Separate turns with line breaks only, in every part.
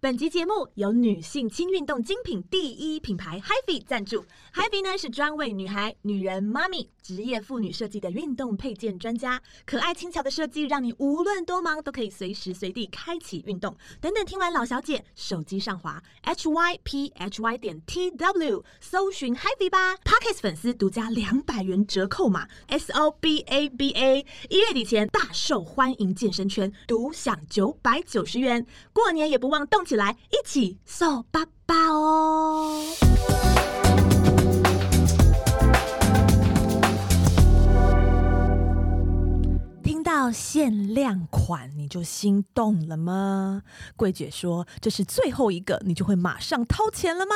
本集节目由女性轻运动精品第一品牌 HiFi 赞助。HiFi 呢是专为女孩、女人、妈咪、职业妇女设计的运动配件专家。可爱轻巧的设计，让你无论多忙都可以随时随地开启运动。等等，听完老小姐，手机上滑 h y p h y 点 t w，搜寻 HiFi 吧。Pockets 粉丝独家两百元折扣码 S O B A B A，一月底前大受欢迎，健身圈独享九百九十元。过年也不忘动起来，一起瘦巴巴哦！听到限量款你就心动了吗？柜姐说这是最后一个，你就会马上掏钱了吗？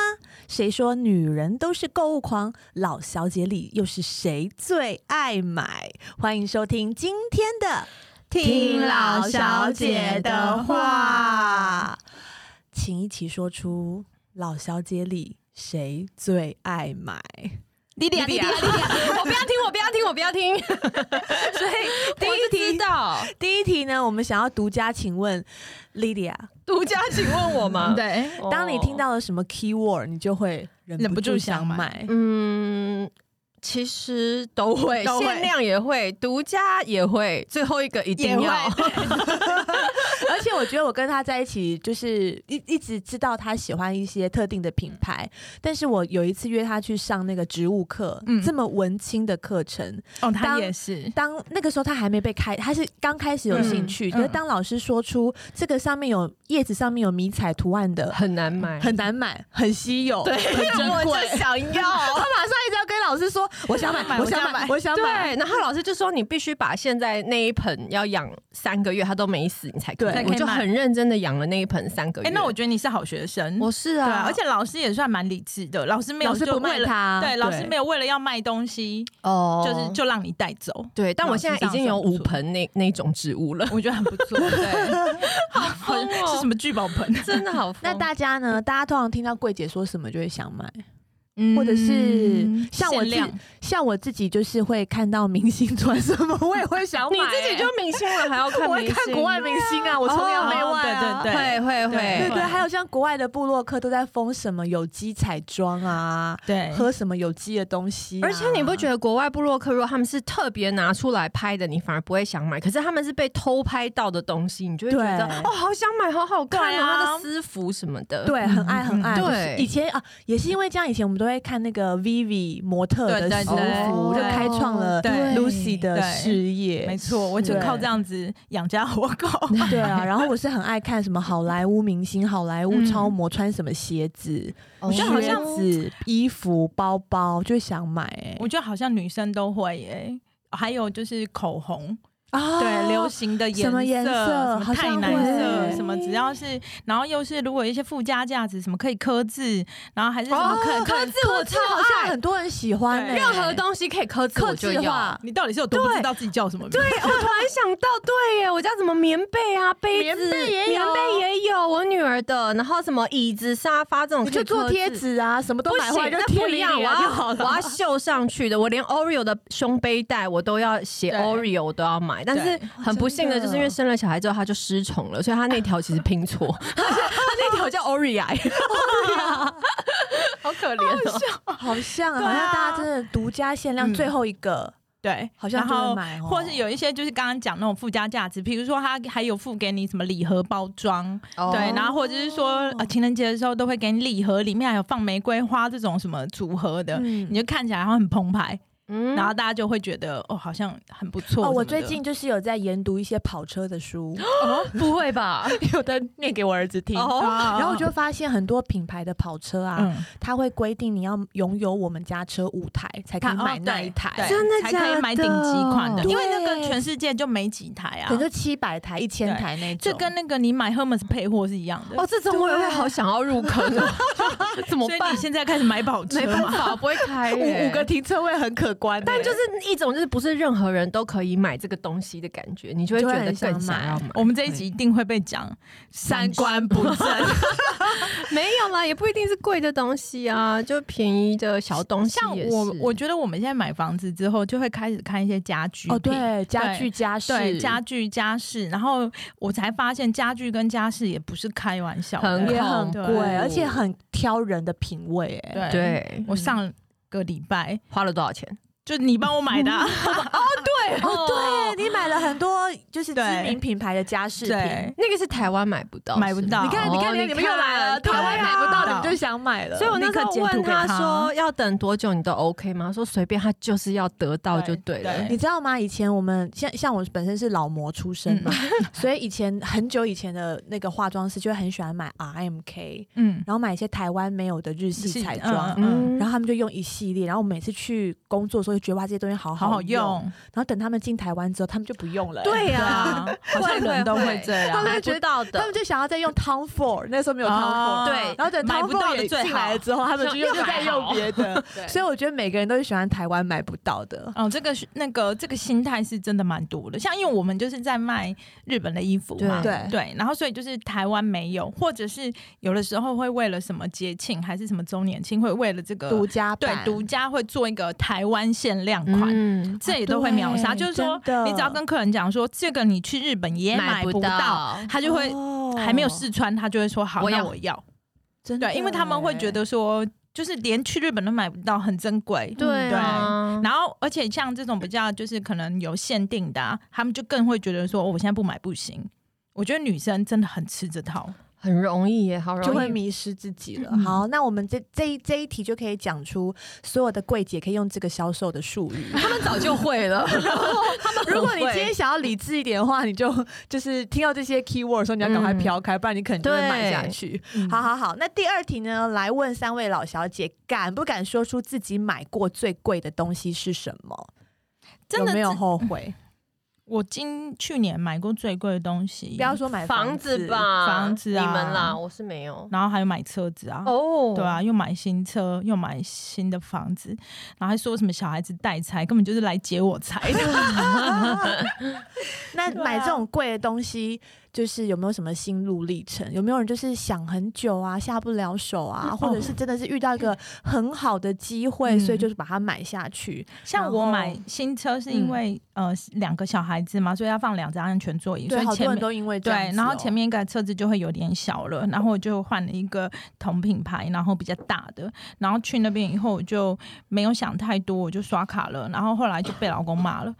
谁说女人都是购物狂？老小姐里又是谁最爱买？欢迎收听今天的
听老小姐的话，
请一起说出老小姐里谁最爱买。
莉莉
莉
莉
莉
莉
啊
啊，我不要听，我不要听，我不要听。
所以第
我
一
就知
题，
道，
第一题呢，我们想要独家请问 Lydia，
独家，请问我吗？
对，
哦
当你听，到了什么 keyword，你就会忍
忍
不
不
住
住
想
想买
买。
嗯，其实都会，
都会
限量也会，独家也会，最后一个一定要
也。
而且我觉得我跟他在一起，就是一一直知道他喜欢一些特定的品牌，但是我有一次约他去上那个植物课，
嗯
这么文青的课程，
哦，
当
他也是，
当那个时候他还没被开，他是刚开始有兴趣，
嗯
可是当老师说出这个上面有叶子上面有迷彩图案
嗯
的，
很难买，
很难买，很稀有，
对，
很珍
我
贵
就。想要。
他马上一直要跟老师说：“我想买，
买
我
我
想
想
买，
买
我想
对
买。，
然后老师就说你必须把现在那一盆要养三个月，它都没死，你才可
对才
以。
可以
我就
买
很认真的养了那一盆三个月。
哎，那我觉得你是好学生，
我是
对
啊
啊，，而且老师也算蛮理智的，老师”没有
老师
就
不
为
卖
了，
他，
对，老师没
有。
有为了要卖东西，
哦
就是就让你带走，
对，但我现在已经有
老师
五
这样算不错
盆那那种植 物了，
我觉得很不错，对，好
疯哦
是什么聚宝盆？
真的 好疯。
那大家呢？大家通常听到柜姐说什么就会想买，
嗯
或者是像我自
限量
像我自己就是会看到明星穿什么，我也会想买、欸
你自己就明星了，还 要看
我
明
会看
星？
国外明星啊，我崇洋媚外啊。
哦对
会会
对
会
对，还有像国外的部落客都在封什么有机彩妆啊，
对，
喝什么有机的东西啊、
而且你不觉得国外部落客如果他们是特别拿出来拍的，你反而不会想买；可是他们是被偷拍到的东西，你就会觉得
对
哦，好想买，好好看
对
哦，
啊
他的私服什么的。
对，很爱
嗯
很爱。
嗯
就是
对
以前啊，也是因为这样，以前我们都会看那个 Vivi 模特的
对对
私
对
服，就
对
开创了
对
Lucy 的事业。
没错，我就是靠这样子养家活口，
对啊，然后我是很爱看什么好莱坞明星、好莱坞
嗯
超模穿什么鞋子、
我
觉
哦靴
得好像
子、衣服、包包，就会想买哎、
我觉得好像女生都会耶。还有就是口红，
啊
对，流行的颜
什么颜色好
什么
像
太奶
会
色，什么只要是，然后又是如果有一些附加价值，什么可以刻字，然后还是什
哦
么可能、
刻字我超
好像
爱，
很多人喜欢、欸，
对
任何东西可以刻字我
刻
就
字
要
化。。
你到底是有多不知道自己叫什么名字？
对，我突然想到，对耶，我家什么棉被啊、杯子、
棉被也有
棉被也有我女儿的，然后什么椅子、沙发这种，
你就做贴。纸啊，什么都
不
买
行
回来，就
那
贴
不一样，我
脸
要
啊就 好了。
我要绣上去的。我连 Oreo 的胸背带我都要写
对
Oreo，我都要买。但是很不幸的
真的
就是因为生了小孩之后，他就失宠了，所以他那条其实拼错， 他那条叫 Oreo，好可怜哦。
好像啊
对
好
啊
像大家真的独家限量
嗯
最后一个，
对，
好像
然
就会
后
买哦
或是有一些就是刚刚讲那种附加价值，比如说它还有附给你什么礼盒包装，
哦
哦
对，然后或者是说呃情人节的时候都会给你礼盒，里面还有放玫瑰花这种什么组合的，
嗯
你就看起来好像很澎湃，
嗯
然后大家就会觉得哦，好像很不错
哦，
什
我
么的
最近就是有在研读一些跑车的 书，
不会吧？
有的念给我儿子听
哦
然后我就发现很多品牌的跑车啊，
嗯，
它会规定你要拥有我们家车五台才可以
它哦
买那
对
一台，
对
真的
才
假
可以买顶级款的，
的
因为那个
对
全世界就没几台啊
可。是七百台、一千台那种。
这跟那个你买 Hermes 配货是一样的
哦，，这种我也会好想要入坑哦， 怎么
所以
办
你？现在开始买跑车
没办
嘛？
法，不会开耶
五五个停车位很可观欸，
但就是一种就是不是任何人都可以买这个东西的感觉，你就会觉得更想要买。
我们这一集一定会被讲
三观不正。
没有啦，啦，也不一定是贵的东西啊，就便宜的小东西
像
也是。
我，我觉得我们现在买房子之后，就会开始看一些家居
哦，
品
对，家具家
对
饰
家具家饰，然后我才发现家具跟家饰也不是开玩笑的，
很
也很
对
贵，而且很挑人的品味、哎，
对，
对，
我上个礼拜
花了多少钱？
就你帮我买的啊、
嗯
对哦，对你买了很多就是知
对
名品牌的家饰品。
对，
那个是台湾买不到，
买不
是
到
你看，
哦
你看，你看，你们又来了，
对
台湾买不到，
对
你
啊
们就想买了。
所以我那
立刻
时候
截
问
图给
他
他
说要等多久，你都 OK 吗？他说随便，他就是要得到就对了。
对
你知道吗？以前我们像像我本身是老模出身嘛， 所以以前很久以前的那个化妆师就会很喜欢买 RMK，
嗯，
然后买一些台湾没有的日系彩妆，
嗯
然后他们就用一系列，然后我每次去工作的时候就觉得哇这些东西好
好好
用，
用，
然后等他们进台湾之后，他们就不用了、
对呀、
啊，好像人都会这
他
样
们。会觉得到
他
的
们。就想要再用 Tom Ford，那时候没有 Tom Ford，、
哦
对
然后等
买
Tom
不到
Ford
的
也
最
进
好
来之后，他们就
又
又
又
在
还好
用 别的，所
所
以
以
我觉得每个人都是喜欢台湾买不到的。
哦，这个是那个这个心态是真的蛮多的，像因为我们就是在卖日本的衣服嘛，
对
对，然后所以就是台湾没有，或者是有的时候会为了什么节庆还是什么周年庆，会为了这个
独家
呃对
版
独家会做一个台湾限量款，
嗯，
这也都会秒杀。
啊对
就是说，
真的
你只要跟客人讲说这个你去日本也买
不
不到，嗯他就会
哦
还没有试穿，他就会说好，
我
那
要
我要。
真的
对，因为他们会觉得说，就是连去日本都买不到，很珍贵。
对
嗯
啊，
然后，而且像这种比较就是可能有限定的、啊，他们就更会觉得说，哦我现在不买不行。我觉得女生真的很吃这套，
很容易耶，好
就
容
会
易。
迷失自己了。
嗯
好，那我们这这一这一题就可以讲出所有的柜姐可以用这个销售的术 语。
他们早就会了，
如果你今天想要理智一点的话，你就 就是听到这些 keyword 的时候，你要赶
嗯
快飘开，不然你肯定会买下去。好好好，那第二题呢？来问三位老小姐，敢不敢说出自己买过最贵的东西是什么？
真的
有没有
是
后悔？
我今去年买过最贵的东西，
不要说买
房
子
子，吧，
房子啊
你们啦，我是没有。
然后还有买车子啊，
哦
对啊，，又买新车，又买新的房子，然后还说什么小孩子带财，根本就是来劫我财的。
那
对啊
买这种贵的东西，就是有没有什么心路历程？有没有人就是想很久啊，下不了手啊，
哦
或者是真的是遇到一个很好的机会，
嗯
所以就是把它买下去？
像我买新车是因为、呃两个小孩子嘛，所以要放两张安全座椅，所
嗯对，
以
好多
前
人
面。
都因为这
对
样，子
然后
哦
前面一个车子就会有点小了，然后我就换了一个同品牌，然后比较大的，然后去那边以后我就没有想太多，我就刷卡了，然后后来就被老公骂了，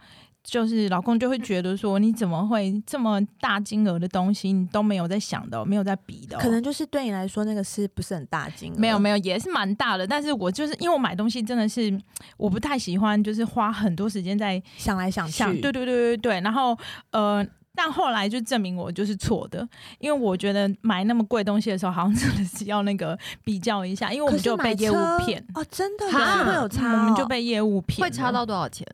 就是老公就会觉得说你怎么会这么大金额的东西你都没有在想的哦、没有在比的哦、
可能就是对你来说那个是不是很大金额？
没有没有，也是蛮大的。但是我就是因为我买东西真的是我不太喜欢，就是花很多时间在
想来想去，
想，对对对对对。然后呃，但后来就证明我就是错的，因为我觉得买那么贵东西的时候，好像真的是要那个比较一下，因为我
可
们
是
就
买
被
车
业务骗。嗯
哦，真的
哈
是会有差哦、
我们就被业务骗了，
会差到多少钱？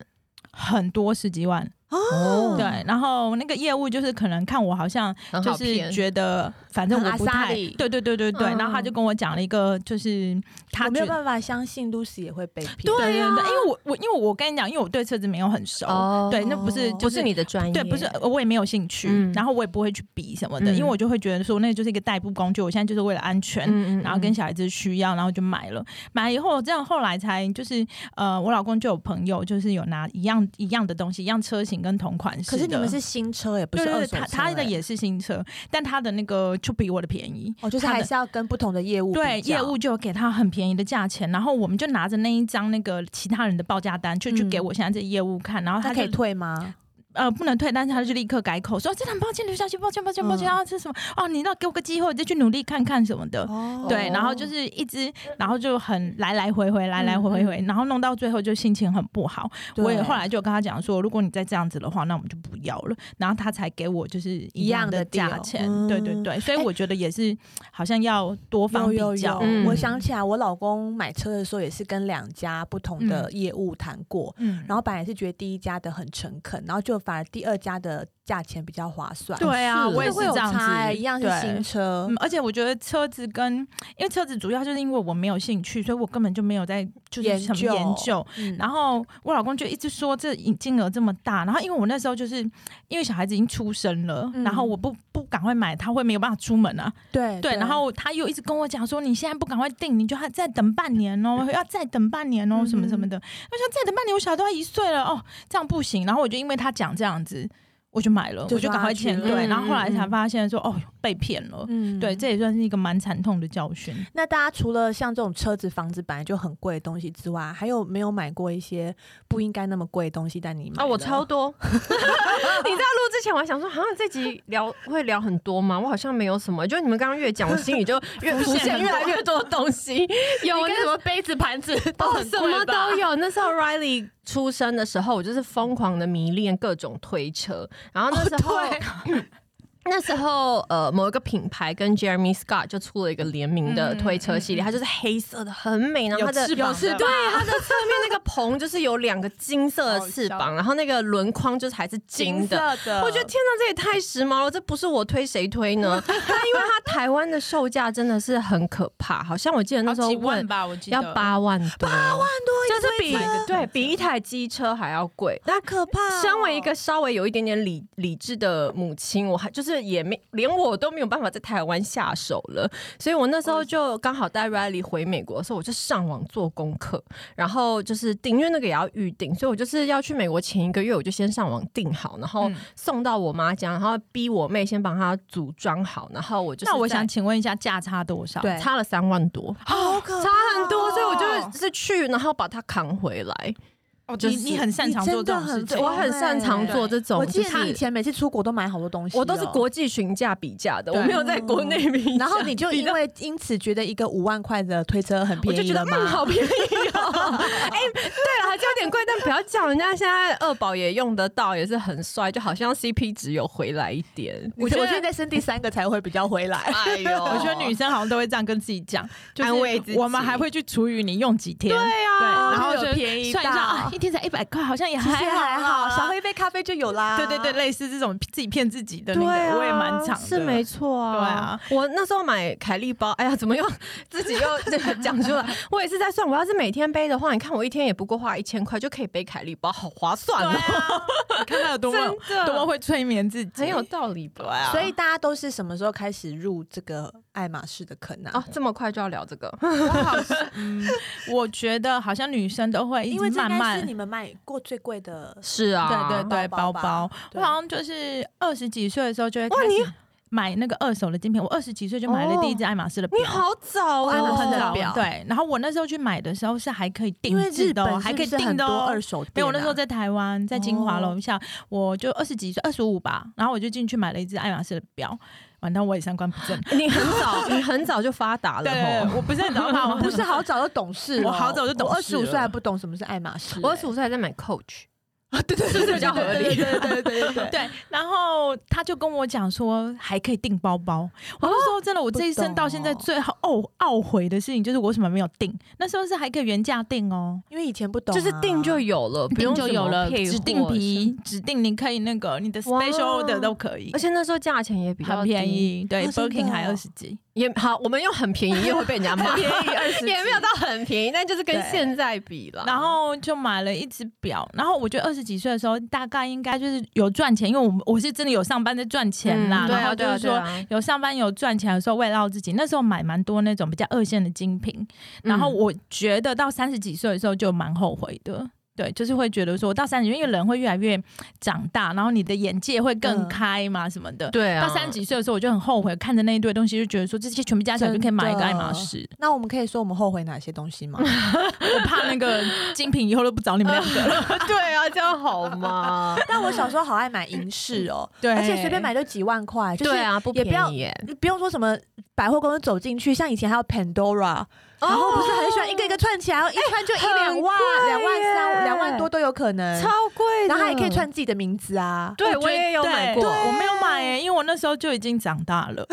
很多十几万。
哦，
对，然后那个业务就是可能看我好像
很好
就是
骗
觉得，反正
很
我不
阿莎
太
莉
对对对对对，
嗯
然后他就跟我讲了一个，就是他
我没
觉
有
得。
办法啊相信 Lucy 也会被骗。
对对对，因为我我因为我跟你讲，因为我对车子没有很熟，
哦
对，那不是
不
就
不是你的专业，
对，不是呃我也没有兴趣，
嗯
然后我也不会去比什么的，
嗯
因为我就会觉得说那就是一个代步工具，我现在就是为了安全。
嗯，嗯
然后跟小孩子需要，然后就买了。买了以后，这样后来才就是，呃，我老公就有朋友，就是有拿一样一样的东西，一样车型跟同款式
可
的。
是你们是新车，也不
对
是
对对，
二手车、
他他的
哎
也是新车，但他的那个就比我的便宜。
哦，就是
他的
还是要跟不同的业务
对，
比较
业务就有给他很便宜的价钱，然后我们就拿着那一张那个其他人的报价单，就去
嗯
给我现在这业务看，然后
他
他
可以
就
退吗？
呃不能退，但是他就立刻改口说真的很抱歉，刘小姐，抱歉抱歉
嗯
抱歉啊，这什么哦，你要给我个机会，我再去努力看看什么的。
哦
对，然后就是一直，然后就很来来回回，来
嗯
来回回，然后弄到最后就心情很不好。我也后来就跟他讲说，如果你再这样子的话，那我们就不要了。然后他才给我就是
一
一
样
样的
的 deal
价钱，
嗯
对对对，所以
哎
我觉得也是好像要多方
有
比
有
较
有，，
嗯
我想起来，我老公买车的时候也是跟两家不同的业务谈过，
嗯
然后本来是觉得第一家的很诚恳，然后就反而第二家的价钱比较划算。
对啊，
是
我也是
会有
这样子，
差欸一样是
对
新车
嗯，，而且我觉得车子跟，因为车子主要就是因为我没有兴趣，所以我根本就没有在就是
研
什么
究
研究。
嗯
然后我老公就一直说这金额这么大，然后因为我那时候就是因为小孩子已经出生了，
嗯
然后我不不赶快买，他会没有办法出门啊。
对
对，然后他又一直跟我讲说，你现在不赶快订，你就还再等半年哦，要再等半年哦，什么什么的。我想再等半年，我小孩都要一岁了哦，这样不行。然后我就因为他讲这样子，我就买了，
就
我就赶快签
抓去了
对。然后后来
嗯嗯嗯
才发现说，哦，被骗了。
嗯
对，这也算是一个蛮惨痛的教训。
那大家除了像这种车子、房子本来就很贵的东西之外，还有没有买过一些不应该那么贵的哦东西？但你买
啊，我
了
超多！你在录之前，我还想说，好像这集聊会聊很多吗？我好像没有什么，就你们刚刚越讲，我心里就越
浮
浮
现
现
很
越来
多
越多东西，
有
你跟
什么杯子、盘子都
哦，
很
什么
贵吧
都。有。那时候 Riley 出生的时候，我就是疯狂的迷恋各种推车，然后那时候。 那时候，呃，某一个品牌跟 Jeremy Scott 就出了一个联名的推车系列，它就是黑色的，很美，然后它的
有翅膀
对它的侧面那个棚就是有两个金色的翅
好
膀，然后那个轮框就是还是金的，
的
我觉得天哪，这也太时髦了！这不是我推谁推 呢？它因为它台湾的售价真的是很可怕，好像我记得那时候
好几万
问
吧，我记得
要八万多，八万多，就是比
一个
对比一台机车还要贵。那
好可怕哦、
身为一个稍微有一点点理理智的母亲，我还就是也没连我都没有办法在台湾下手了，所以我那时候就刚好带 Riley 回美国的时候，我就上网做功课，然后就是订，因为那个也要预定，所以我就是要去美国前一个月，我就先上网订好，然后
嗯
送到我妈家，然后逼我妹先帮她组装好，然后我就是
那我
在
想请问一下，价差多少？
对
差了三万多，
好可怕哦、
差很多，所以我就是去，然后把它扛回来。
哦，
就是
你你很擅长
你
做
真
这
的
种事
很
情，
我很擅长做这种，
我记得
就是
你以前每次出国都买好多东西哦、
我都是国际询价比价的，
对
我没有在国内比价。
然后你就因为因此觉得一个五万块的推车很
我
便
就
宜
觉得
了吗？
嗯，好便宜哦！ 哎、对了，还是有点贵，但不要讲，人家现在二宝也用得到，也是很帅，就好像 CP 值有回来一 点。
我觉得我觉得再生第三个才会比较回来。
哎呦，
我觉得女生好像都会这样跟自己讲，就是
安慰自己
我们还会去除以你用几天，对啊然后
就有
就
便宜
算一
到
下，啊一天才一百块，好像也
其实
还好
还好，
啦
少喝一杯咖啡就有啦。
对对对，，类似这种自己骗自己的
啊
那
对啊
个，我也蛮常的
是没错啊。
对啊，
我那时候买凯利包，哎呀，怎么又 自己又这个讲出来？ 我也是在算，我要是每天背的话，你看我一天也不过花一千块就可以背凯利包，好划算哦，
你看他有多么
真的
多么会催眠自己，
很有道理吧？
所以大家都是什么时候开始入这个爱马仕的坑啊？
哦，这么快就要聊这个？
嗯，我觉得好像女生都会一
因为
直
这应
慢
该是
慢
你。们买过最贵的。
是啊
对对对，
包
包
包吧
包，我
对
好像就是二十几岁的时候就会
哇
开始买那个二手的精品。我二十几岁就买了第一只爱马仕的表，
你好早
哦
哦，
爱马
很
仕的
早
表
对，然后我那时候去买的时候是还可以定
因为
制
日
的、哦，
本
还可以
是不是
定
很
的、
多
哦
二。手店、啊，哦
没有，我那时 候在台湾，在金华楼下，我就二十几岁，二十五吧，然后我就进去买了一只爱马仕的表，完蛋，我也三观不 正。
你很早，你很早就发达了
对，对
哦。
对我不是很懂嘛，我
不是好早就懂事了，
我好早就懂
二
事
十
了
五岁还不懂什么是爱马仕、欸
我二十
五
五岁还在买 Coach，
对对
是不是比较合理
对对对对对对对。
对，然后他就跟我讲说还可以订包包，我那时候真的我这一生到现在
不懂哦
最好懊懊悔的事情就是我为什么没有订，那时候是还可以原价订哦，
因为以前不懂啊、
就是定就有了，不
订
用
啊就
什么
有了，
配
指
货
定皮，指定你可以那个你的
哇
special order 都可以
而，且那时候价钱也比较
很便
低，
宜，对
啊真的
，Birkin 还
哦
二十几，
也好，我们又很便宜，又会被人家骂，便宜二十，也没有到很便宜，但就是跟
对
现在比了。
然后就买了一只表，然后我觉得二十几岁的时候大概应该就是有赚钱，因为我们我是真的有上班在赚钱
嗯
啦，
对
然
啊
后就
对啊
是
对
说
啊，
有上班有赚钱的时候，慰劳自己。那时候买蛮多那种比较二线的精品，然后
嗯
我 觉得到三十几岁的时候就蛮后悔的。对，就是会觉得说，到三十，因为人会越来越长大，然后你的眼界会更
嗯
开嘛，什么的。
对啊，
到三十几岁的时候，我就很后悔看着那一堆东西，就觉得说这些全部加起来就可以买一个爱马仕。
那我们可以说我们后悔哪些东 西吗？
我怕那个精品以后都不找你们两个了。
对啊，这样好吗？
但我小时候好爱买银饰哦，
对，
而且随便买就几万块，就是
对啊，不
也不要
便宜耶。
你不用说什么百货公司走进去，像以前还有 Pandora，、然
哦
后不是很喜欢一个一个串起来，
哎
一串就一两万、两万三、两万多都有可能。
超贵的，
然后它也可以串自己的名字啊。
对
觉得
我也有买过
对我没有买耶、因为我那时候就已经长大了。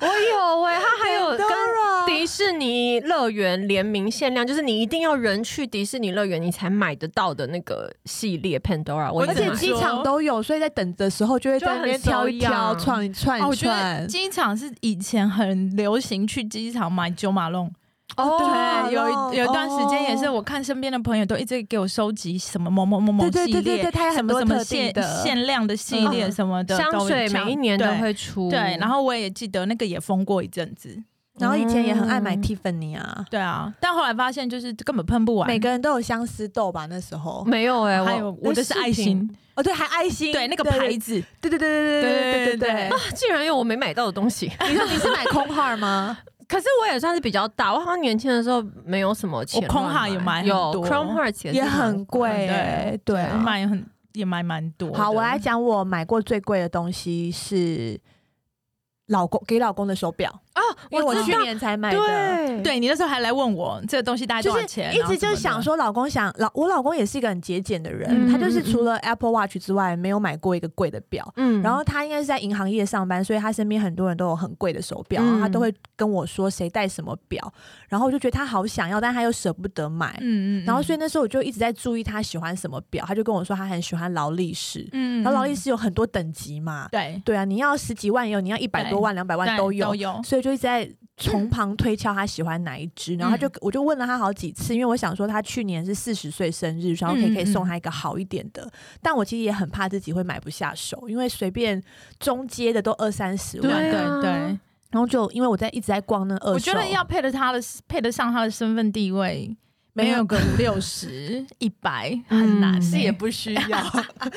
我有哎、它还有跟
Pandora
迪士尼乐园联名限量，就是你一定要人去迪士尼乐园你才买得到的那个系列 Pandora，我
我
已
而
经
且
买
机
了
场都有，所以在等的时候就会
就
在那边
很
挑一
搜
挑、
样
串一串
哦，我
一
觉得
串。
机场是以前很流行去机场买九马龙，
哦
对，
对
哦有
哦
一有一段时间也是，我看身边的朋友都一直给我收集什么某某某某
对
系
对
列，
对对对，它有
什
很
么
多
什么
特定
限
的
限量的系列
嗯
什么的，
香水每一年都
对
会出，
对。然
后
后我也记得那个也封过一阵子，
然后以前也很爱买
嗯
Tiffany 啊，
对啊，但后来发现就是根本喷不完，
每个人都有相思豆吧？那时候
没有哎、
还
我
有我的是爱心，
嗯哦，对，还爱心，
对那个牌子，
对，对对对对对对
对
对对。
啊竟然有我没买到的东西。
你说你是买空号吗？
可是我也算是比较大，我好像年轻的时候没有什么钱
我
乱买。
空哈也买很
有
多
Chrome Hearts
也
是欸
很
蛮
贵
对，
对
我
啊。
买很也买蛮多的。
好，我来讲我买过最贵的东西是老公给老公的手表，
哦，
因为
我
我
知
去
道，
年才买的。
对，
对你那时候还来问我这个东西大概多
就
少
是
钱，
一
然后
直就
什么
是
的
想，说，老公想老我老公也是一个很节俭的人，
嗯
他就是
嗯嗯
除了 Apple Watch 之外，没有买过一个贵的表。
嗯
然后他应该是在银行业上班，所以他身边很多人都有很贵的手表，
嗯
然后他都会跟我说谁戴什么表，然后我就觉得他好想要，但他又舍不得买，
嗯嗯，
然后所
以
以那时候我就一直在注意他喜欢什么表，他就跟我说他很喜欢劳力士，
嗯
然后劳力士有很多等级嘛，
对
对啊，你要十几万也有，你要一百
对
多万、两百万
对
都
都
有，
有，
所以就一直在 从旁推敲他喜欢哪一只，然后他
嗯
就我就问了他好几次，因为我想说他去年是四十岁生日，然后可
嗯
以可以送他一个好一点的，但我其实也很怕自己会买不下手，因为随便中阶的都二三十
对
万，
对
啊
对对，
然后就因为我在一直在逛那二手，
我觉得要配得他的配得上他的身份地位，
没
没
有
有个五六十、 一 百很难
嗯
欸，
是也
不 需要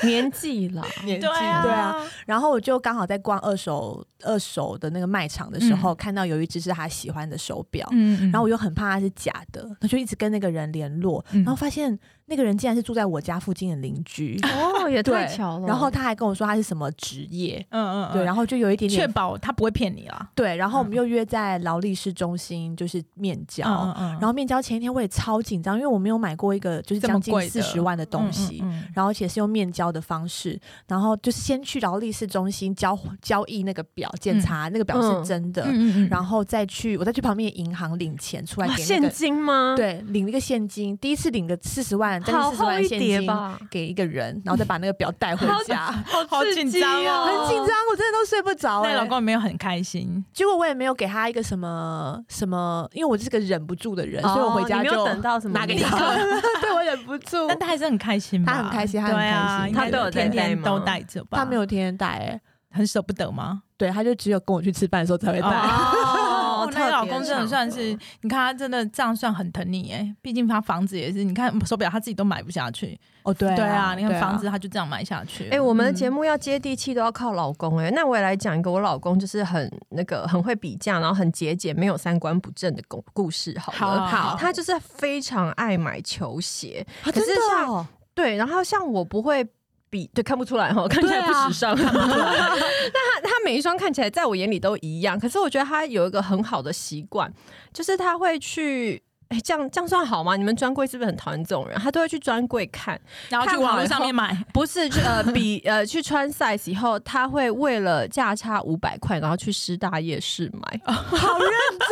年纪 了，
年
对啊
对啊，，然后我就刚好在逛二手二手的那个卖场的时候，
嗯
看到有一只是他喜欢的手表，
嗯，嗯
然后我又很怕它是假的，那就一直跟那个人联络，
嗯
然后发现那个人竟然是住在我家附近的邻居，
哦，也
对
太巧了。
然后他还跟我说他是什么职业，
嗯嗯嗯
对，然后就有一点
确
点
保他不会骗你啦，
对，然后我们
嗯
又约在劳力士中心就是面交，
嗯嗯，
然后面交前一天我也超紧张，因为我没有买过一个就是
这
将
么
近
贵的
四十万的东西。
嗯嗯嗯
然后，而且是用面交的方式，然后就是先去劳力士中心交交易那个表，检查那个表是
嗯
真的，
嗯嗯嗯
然后再去我再去旁边的银行领钱出来
哇
给那
现
个
金吗？，
对，领了一个现金，第一次领个四十万，但
好
是四十
厚
万
一
现
叠
金
吧，
给一个人，然后再把那个表带回家，
嗯好
刺
紧
激
张
哦
很紧张，我真的都睡不着、
那
欸。
老公有没有很开心？
结果我也没有给他一个什么什么，因为我是个忍不住的人，所以我回
哦
家
你
就
没有等到什么
拿给
礼物
他， 对我忍不 住。
但他还是很开心吧，
他很开心他很
对啊
开心
应该
他都有在
天
戴
天
吗
都带着吧，
他没有天天带、欸，
很舍不得吗？
对，他就只有跟我去吃饭的时候才会带。
哦
哦，她老公真的算
特别
是
巧，
你看他真的这样算很疼你哎，毕竟他房子也是，你看手表他自己都买不下去，
哦，对
对
啊
啊，，你看房子他就这样买下去，
哎、我们的节目要接地气，都要靠老公哎、那我也来讲一个我老公就是很那个很会比价，然后很节俭，没有三观不正的故故事好了。
好好
他就是非常爱买球鞋，
啊，
可
真
是
的
像
哦、
对，然后像我不会。比对看不出来哈，看起来不时尚。 那他他每一双看起来在我眼里都一样，可是我觉得他有一个很好的习惯，就是他会去，哎，这样这样算好吗？你们专柜是不是很讨厌这种人？他都会去专柜看，
然后去网络上面买，
不是去呃比 呃去穿 size 以后，他会为了价差五百块，然后去师大夜市买。
好认真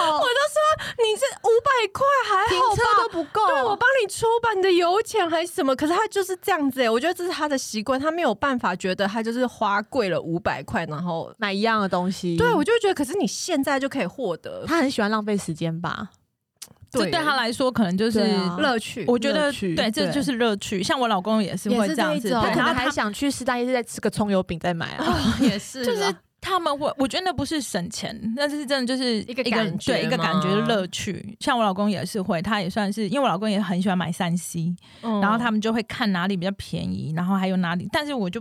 哦，
你这五百块还
停
好
车
吧
都？不够，
对，我帮你出吧，你的油钱还是什么？可是他就是这样子哎、我觉得这是他的习惯，他没有办法觉得他就是花贵了五百块，然后
买一样的东西。
对我就觉得，可是你现在就可以获得
他很喜欢浪费时间吧？
这对他来说可能就是
对啊
乐趣。
我觉
乐
得
趣
对，这
对
就是乐趣。像我老公也是
也
会
是
这样
这一
子，
种
他
对
可
然后
能
他
还想去四大夜市再吃个葱油饼再买啊。
也是
就
就是
他们会，我觉得那不是省钱，那是真的就是
一个感觉
对一个
吗
感觉的乐趣。像我老公也是会，他也算是，因为我老公也很喜欢买三 C，、然
嗯
后他们就会看哪里比较便宜，然后还有哪里。但是我就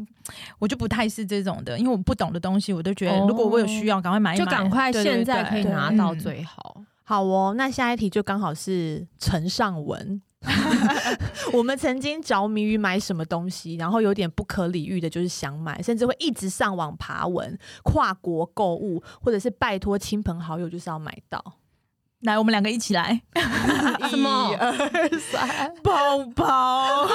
我就不太是这种的，因为我不懂的东西，我都觉得
哦
如果我有需要，赶快买一
就
买，
赶快
对
现在可以拿到。
嗯
最好。
好哦，那下一题就刚好是陈尚 文。我们曾经着迷于买什么东西，然后有点不可理喻的，就是想买，甚至会一直上网爬文、跨国购物，或者是拜托亲朋好友就是要买到。
对来，我们两个一起来，
什么
一二三，
包包。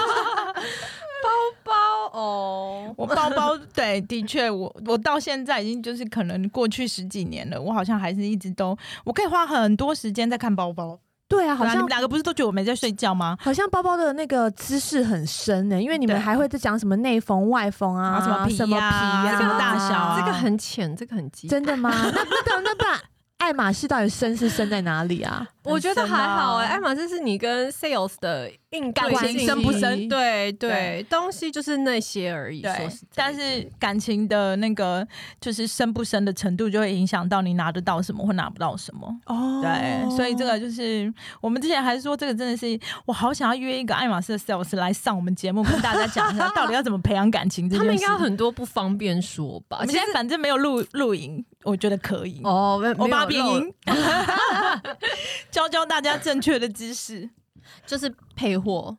包哦，
我包包对，的确，我我到现在已经就是可能过去十几年了，我好像还是一直都，我可以花很多时间在看包包。
对啊，好
你
像
们两个不是都觉得我没在睡觉吗？
好像包包的那个姿势很深呢、欸因为你们
对
还会在讲什么内缝、外缝啊，
啊什么皮
什么皮
呀
啊，
这个大小啊
这个很浅，这个很基。
真的 吗？那那不然那不然，爱马仕到底深是深在哪里 啊？
我觉得
很深
还
啊
好哎、爱马仕是你跟 sales 的硬
感
对
情
性
深不深
对对，东西就是那些而已。说
对
实在，
但是感情的那个就是深不深的程度，就会影响到你拿得到什么或拿不到什么。
哦
对，所以这个就是我们之前还说，这个真的是我好想要约一个爱马仕的 sales 来上我们节目，跟大家讲一下到底要怎么培养感情这
他
件
们应
事
该。有很多不方便说吧
我？们
其
现
实
在反正没有录录影，我觉得可以。
哦，没有
我
没有
把比
漏
赢， 教教大家正确的知识。
就是配货。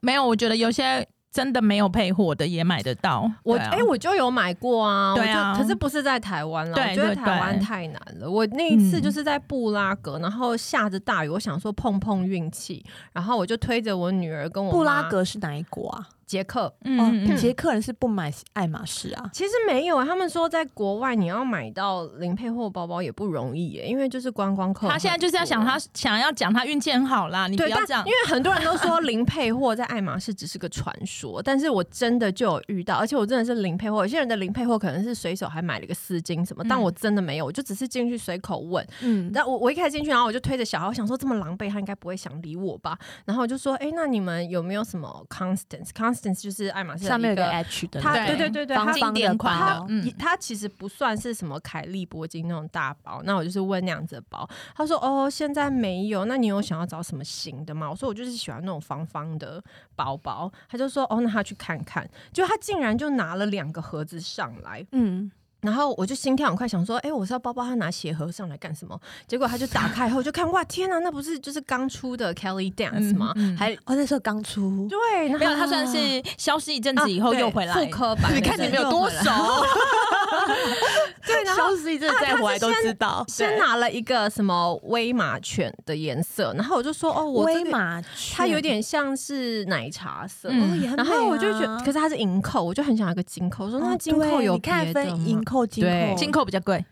没有，我觉得有些真的没有配货的也买得到。
我
对
哎、
啊
我就有买过啊，
对啊
我就可是不是在台湾啦，
对
我觉得
对
台湾
对
太难了。我那一次
嗯
就是在布拉格，然后下着大雨，我想说碰碰运气，然后我就推着我女儿跟我
布
妈
拉格是哪一国啊？
捷克。
嗯，
哦，
嗯
捷克人是不买爱马仕啊。
其实没有，他们说在国外你要买到零配货包包也不容易耶，因为就是观光客很多。
他现在就是要想他想要讲他运气很好啦，你不
对，
要
但
这样
因。为很多人都说零配货在爱马仕只是个传说，但是我真的就有遇到，而且我真的是零配货。有些人的零配货可能是随手还买了一个丝巾什么，但
嗯
我真的没有，我就只是进去随口问。
嗯，
但我我一开始进去，然后我就推着小孩，我想说这么狼狈，他应该不会想理我吧？然后我就说，哎、那你们有没有什么 Constance？Constance 就是爱马仕的
上面有
一
个
个
H 的那
它
个，
对对
对
对对，
方
它
方的
经典款
款哦
它
的
嗯
它其实不算是什么凯利铂金那种大包，那我就是问那样子的包。他说哦，现在没有，那你有想要找什么型的吗？我说我就是喜欢那种方方的包包。他就说哦，那他去看看。就他竟然就拿了两个盒子上来，
嗯，
然后我就心跳很快，想说，哎、我是要包包，他拿鞋盒上来干什么？结果他就打开以后就看，哇，天哪、那不是就是刚出的 Kelly Dance 吗？
嗯嗯
还
哦，那时候刚出，
对，然后啊
没有，他算是消失一阵子以后又回来。
复刻版，
你看你们有多熟，
对，然后啊
消失一阵再回来都知道。
先拿了一个什么威马犬的颜色，然后我就说哦，我这
威
个
马，
它有点像是奶茶色。
嗯
然后我就觉
啊
得，可是它是银扣，我就很想要一个金扣。我说那金扣有
哦你看
别的
分
吗
银扣、金
对
扣、
进口比较贵，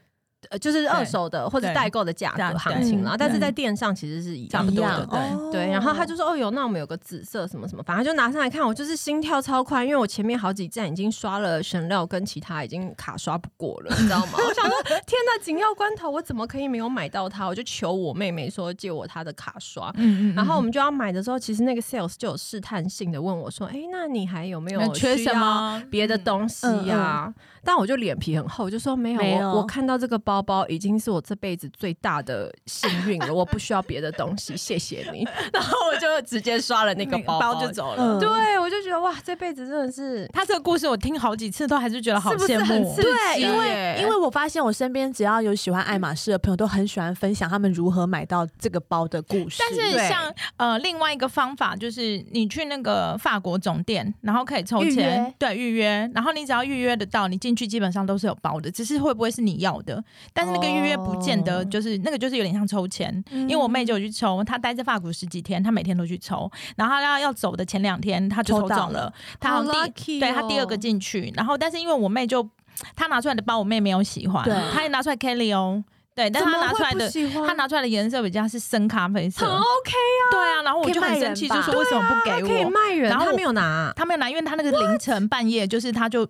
呃就是二手的或者
对
代购的价
对
格行情啦
对，
但是在店上其实是一
差
样
不
的
多
样
的，对。
哦
对，然后他就说：“哦有，那我们有个紫色什么什么，反正就拿上来看，我就是心跳超快，因为我前面好几站已经刷了神料跟其他已经卡刷不过了，你知道吗？我想说，天哪，紧要关头我怎么可以没有买到它？我就求我妹妹说借我她的卡刷。
嗯
然后我们就要买的时候，其实那个 sales 就有试探性的问我说：“哎，那你还有没有
缺
需
什
要
么嗯
别的东西呀、但我就脸皮很厚，我就说没有，
没有
我我看到这个包包已经是我这辈子最大的幸运了，我不需要别的东西，谢谢你。 然后我就直接刷了那个包
包就。走了。
嗯
对，我就觉得哇，这辈子真的是
他这个故事我听好几次，都还是觉得好
是不是
羡
很
慕哦
刺。激
对，因为
耶
因为我发现我身边只要有喜欢爱马仕的朋友，都很喜欢分享他们如何买到这个包的故事。
但是
对
像呃另外一个方法就是你去那个法国总店，然后可以抽
预
签
约，
对预约，然后你只要预约得到，你进去基本上都是有包的，只是会不会是你要的？但是那个预约不见得
哦
就是、那个就是有点像抽签，因
因
为我
嗯
妹就有去抽，她待在法国十几天，她每天都去抽，然后她要要走的前两天，她就
抽
抽
到
中
了
了，她好像第
lucky，哦
对她第二个进去，然后但是因为我妹就她拿出来的包，我妹没有喜欢
对，
她也拿出来 Kelly 哦，对，但
怎
是
么
她拿出来
会不
的
喜欢
她拿出来的颜色比较是深咖啡色
很，OK 啊，
对啊，然后我就
可以卖
很
人
生气，
吧
就说为什么不
它
给
啊可以
我？
卖人，
然后
他
我
没有拿，
她没有拿，因为她那个凌晨半夜就是她就。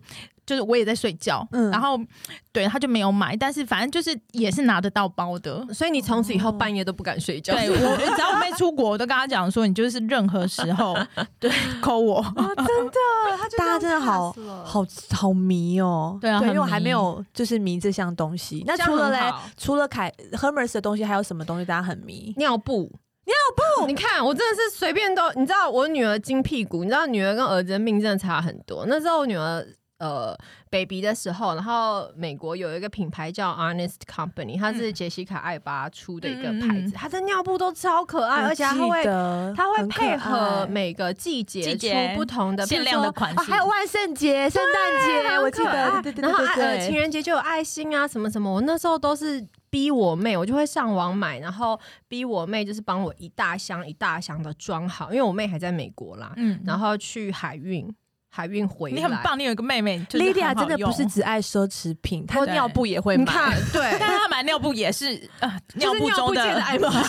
就是我也在睡觉，
嗯
然后对她就没有买，但是反正就是也是拿得到包的，
所以你从此以后半夜都不敢睡觉。
对我，只要我妹出国，我都跟她讲说，你就是任何时候 对抠我。
啊，真的，他就
大家真的好
这样 pass 了
好好迷哦，
对啊
因为我
很迷
还没有就是迷这项东西。那
这样
除了嘞
很好，
除了凯 Hermes 的东西，还有什么东西大家很迷？
尿布。尿布，你看我真的是随便都，你知道我女儿金屁股，你知道女儿跟儿子的命真的差很多。那时候我女儿呃 baby 的时候，然后美国有一个品牌叫 Honest Company，它是杰西卡艾巴出的一个牌
嗯嗯嗯
子，它的尿布都超可爱，啊而且它
我记
会
得
它会
很可
配合
爱
每个季节
季
出
节
不同的
限量的。款
哦，
式，
还有万圣节、圣诞节，我记得，对对对
然后
对
爱呃情
对。
人节就有爱心啊，什么什么。我那时候都是逼我妹，我就会上网买，然后逼我妹就是帮我一大箱一大箱的装好，因为我妹还在美国啦，
嗯
然后去海运。海运回来。
你很棒，你有一个妹妹。就是很
Lydia
好
真的不是
用
只爱奢侈品，她
对
尿布也会
你
买。
看， 对，
但他买尿布也是 啊，
就是
布
尿
中
布界的爱
马。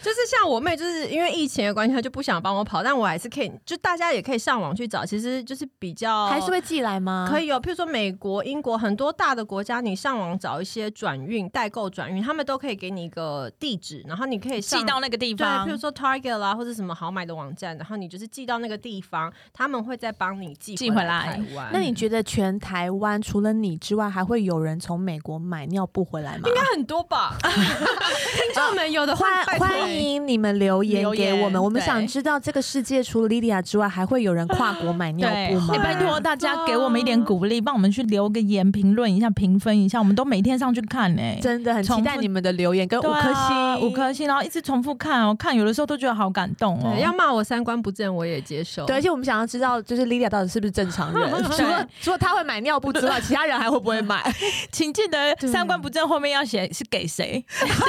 就是像我妹，就是因为疫情的关系，她就不想帮我跑，但我还是可以，就大家也可以上网去找，其实就是比较
还是会寄来吗？
可
以，
以有，譬如说美国、英国很多大的国家，你上网找一些转运、代购转运，他们都可以给你一个地址，然后你可以上
寄到那个地
对，
方
譬如，说 Target 啦，或者什么好买的网站，然后你就是寄到那个地方，他们会再帮你寄
寄
回
回来
台湾。
那你觉得全台湾除了你之外，还会有人从美国买尿布回来吗？
应该很多吧？ 听众们有的话，
欢
拜托
欢迎你们留言
留言
给我们，我们
对
想知道这个世界除了 Lydia 之外，还会有人跨国买尿
对，
布吗？
哎拜托大家给我们一点鼓励，帮我们去留个言、评论一下、评分一下，我们都每天上去看呢、
真的很期
重
待
复
你们的留言跟五
对
颗星，
啊五颗星，然后一直重复看哦，看有的时候都觉得好感动哦
对，。要骂我三观不正，我也接受。
对，而且我们想要知道，就是 Lydia 到底是不是正常 人？除了除了她会买尿布之外，其他人还会不会买？
请记得
对
三观不正后面要写是给谁。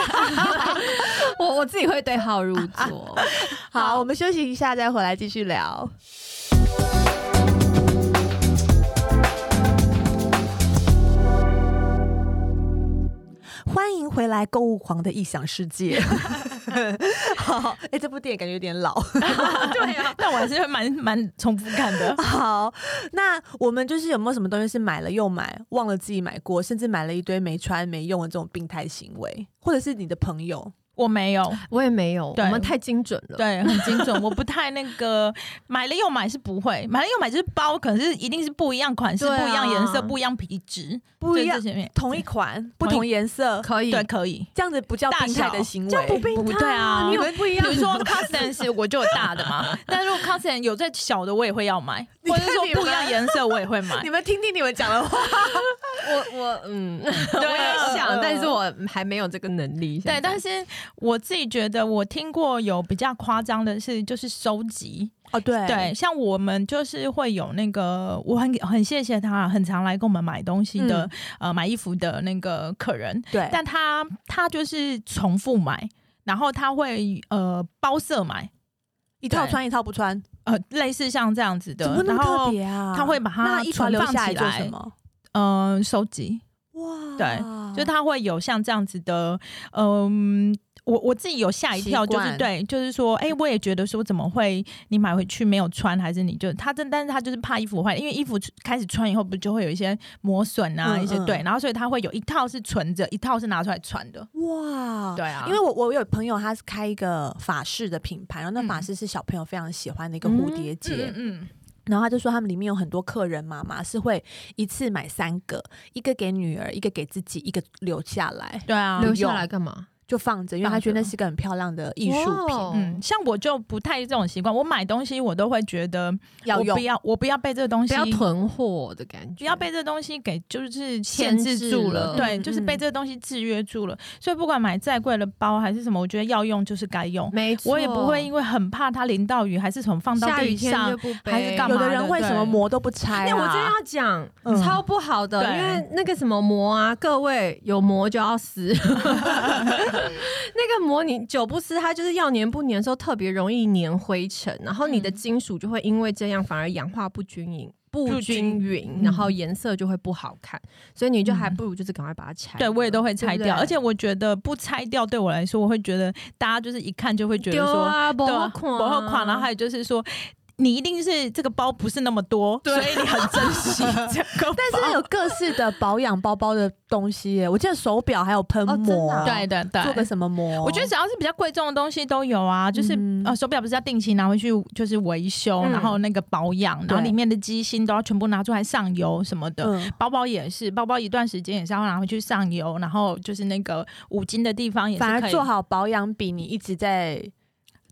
我我自己会对号入座。
好，我们休息一下，再回来继续聊。欢迎回来，购物狂的异想世 界。好，哎、这部电影感觉有点老。
对 啊，但我还是会蛮蛮重复看的。
好，那我们就是有没有什么东西是买了又买，忘了自己买过，甚至买了一堆没穿没用的这种病态行为，或者是你的朋友？
我没 有，
我也没有，我
对
们太精准了。
对，很精准。我不太那个买了又买是不会，买了又买就是包，可是一定是不一样款式、
对啊
不一样颜色、不一样皮质，
不一样
就是这些
同一款，不同颜色，
可以
对，可以。
这样子不叫
大
病态
小
的行为，
这样不病态
对啊
你们不一
比
样。
如说 Constance，我就有大的 嘛，但如果 Constance 有在小的，我也会要 买，或者是说不一样颜色，我也会买
你。们听听你们讲的话，
我我 嗯，我
对
也想，
嗯
但是我还没有这个能力。
对，但是我自己觉得，我听过有比较夸张的是，就是收集。
哦，对
对，像我们就是会有那个，我很很谢谢他，很常来跟我们买东西的，
嗯
呃，买衣服的那个客人，
对
但他他就是重复买，然后他会呃包色买，
一套
对
穿一套不穿，
呃，类似像这样子
怎
的
么，那
然
么特
后
别啊？
他会把它
那一
存
团留
放
下来
起
做
来
什么？
嗯收集，
哇，
对
嗯
就是他会有像这样子的，嗯。我我自己有吓一跳，
习
就
惯
是对，就是说，哎、我也觉得说，怎么会你买回去没有穿，还是你就他真，但是他就是怕衣服坏，因为衣服开始穿以后，不就会有一些磨损啊，
嗯
一些
嗯
对，然后所以他会有一套是存着，一套是拿出来穿的，
哇，
对啊，
哦因为我我有朋友，他是开一个法式的品牌，然后那法式是小朋友非常喜欢的一个蝴蝶结，
嗯嗯
然后他就说他们里面有很多客人妈妈是会一次买三个，一个给女儿，一个给自己，一个留下来
对啊，
留下来干嘛？
就放着，因哦为他觉得那是一个很漂亮的艺术品，
哇哦
嗯，像我就不太这种习惯，我买东西我都会觉得
要
我
用
不。要我不要被这个东
不
西
要囤货的感觉，
不要被这东西给就是
限
限制
制
住
了
了，对，
嗯
就是
嗯
被这个东西制约住了。所以不管买再贵的包还是什么，我觉得要用就是该用，
没错，
我也不会因为很怕它淋到雨，还是什么放到
下雨
地
天
上
就。不背
还是干
有
嘛
的人会什么膜都不拆、啊，
那我真的要讲、
嗯
超不好的，
对
因为那个什么膜啊，各位有膜就要撕，那个膜你久不撕，它就是要粘不粘的时候特别容易粘灰尘，然后你的金属就会因为这样反而氧化不均匀。不均
不均
匀，
嗯
然后颜色就会不好看，所以你就还
嗯
不如就是赶快把它拆了。
对，我也都会拆
对不
掉，
对
而且我觉得不拆掉对我来说，我会觉得大家就是一看就会觉得
丢
说，
啊，不
对
好
啊，
看啊，
薄荷款，然后还有就是说，你一定是这个包不是那么多，所以你很珍 惜这个包。
但是有各式的保养包包的东西耶，我记得手表还有喷
哦真
膜，
的啊
对对
做个
对。
什么膜？
我觉得只要是比较贵重的东西都有啊，就是、
嗯
呃手表不是要定期拿回去就是维修，
嗯
然后那个保养，然后
对
里面的机芯都要全部拿出来上油什么的。
嗯，
包包也是，包包一段时间也是要拿回去上油，然后就是那个五金的地方也是
反
可
而
以
做，好保养比你一直在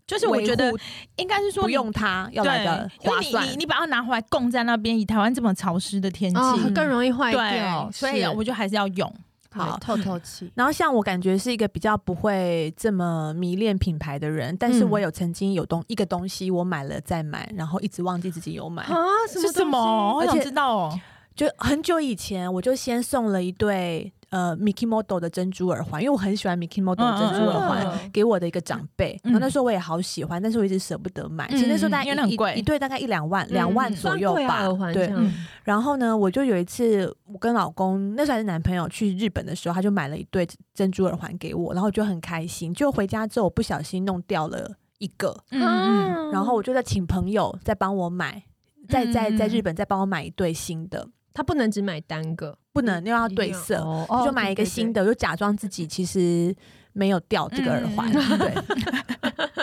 就是我觉得
维护
应该是说
不
你
用它要
对
来的
因为
划
你
算
你。你把它拿回来供在那边，以台湾这么潮湿的天气，
哦，
嗯
更容易坏掉
对，，所以
是
我就还是要用。
好
对透透气。
然后像我感觉是一个比较不会这么迷恋品牌的人，但是
嗯
我有曾经有东一个东西我买了再买，然后一直忘记自己有买，
啊，
是什么？我
而
想
且
知道哦。
就很久以前我就先送了一对呃 Mickey Model 的珍珠耳环，因为我很喜欢 Mickey Model 的珍珠耳环，
嗯嗯
给我的一个长辈。
嗯
然后那时候我也好喜欢，但是我一直舍不得买。其实那时候大
嗯
因为
概
那很
一
贵
一一对大概一两万，两万左
啊
右吧。对。
嗯
然后呢，我就有一次，我跟老公那时候还是男朋友去日本的时候，他就买了一对珍珠耳环给我，然后我就很开心。就回家之后，我不小心弄掉了一个，
嗯嗯，
然后我就在请朋友再帮我买，在在在日本再帮我买一对新的，
他不能只买单个，嗯
不能又要
一定
对
要
色。
哦
我就买一个新，的，我就假装自己其实没有掉这个
嗯
耳环。对。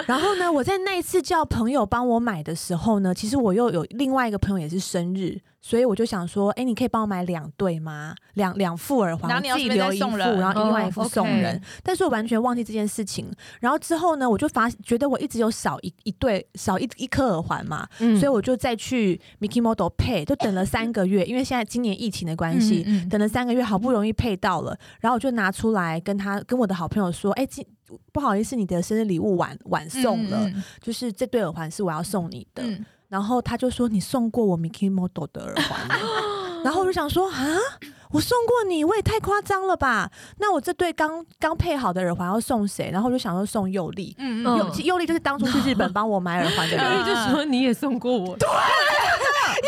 然后呢，我在那一次叫朋友帮我买的时候呢，其实我又有另外一个朋友也是生日，所以我就想说，哎，你可以帮我买两对吗？两两副耳环，
然后
我
你要
自己
顺便
留
再
一
送
副，
人
然后另外一副
哦
送
，OK
人。但是我完全忘记这件事情。然后之后呢，我就发觉得我一直有少一一对少一一颗耳环嘛，
嗯
所以我就再去 Mickey Model 配，就等了三个月，因为现在今年疫情的关系，
嗯嗯
等了三个月，好不容易配到了，然后我就拿出来跟他跟我的好朋友说：“哎、今不好意思，你的生日礼物晚晚送了，
嗯
就是这对耳环是我要送你的。
嗯
然后他就说：“你送过我 Mickey Model 的耳环吗？” 然后我就想说：“啊，我送过你，我也太夸张了吧？那我这对刚刚配好的耳环要送谁？”然后我就想说送佑利。
嗯
嗯
佑佑利就是当初去日本帮我买耳环 的人，
然后就说你也送过 我，对，
我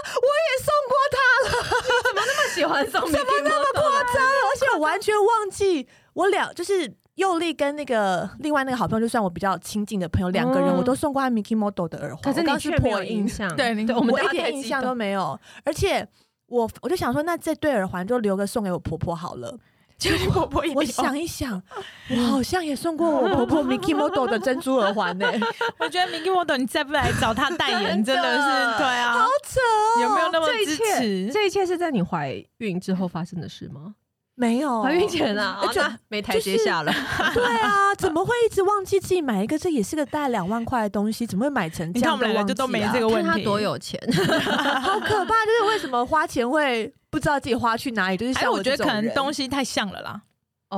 也送过他
喜欢送什么那么夸张？
而且我完全忘记我两就是佑利跟那个另外那个好朋友，就算我比较亲近的朋友，两个人
嗯
我都送过他 Mickey Model 的耳环，
可是
我
你
刚
却
是
没
破
有印
音，
象，
对你
我们
我
大
一
家太
点印
激
象
动
都没有，而且。我我就想说，那这对耳环就留个送给我婆婆好了。
就是婆婆也有
我想 一想，我好像也送过我婆婆 Mickey Model 的珍珠耳环呢、
我觉得 Mickey Model 你再不来找他代言，真的是对啊
好，扯哦！
有没有那么
这一
支
切，
持？
这一切是在你怀孕之后发生的事吗？
没有哎
怀孕前啊，
哦 就
那没台阶下了，
对啊，怎么会一直忘记自己买一个？这也是个大概两万块的东西，怎么会买成
你
这
看
样？
我们两个就都
啊
没这个问
看
题，
他多有 钱，
好可怕！就是为什么花钱会不知道自己花去哪里？就是
哎，
像
我觉得可能东
西，
西太像了啦，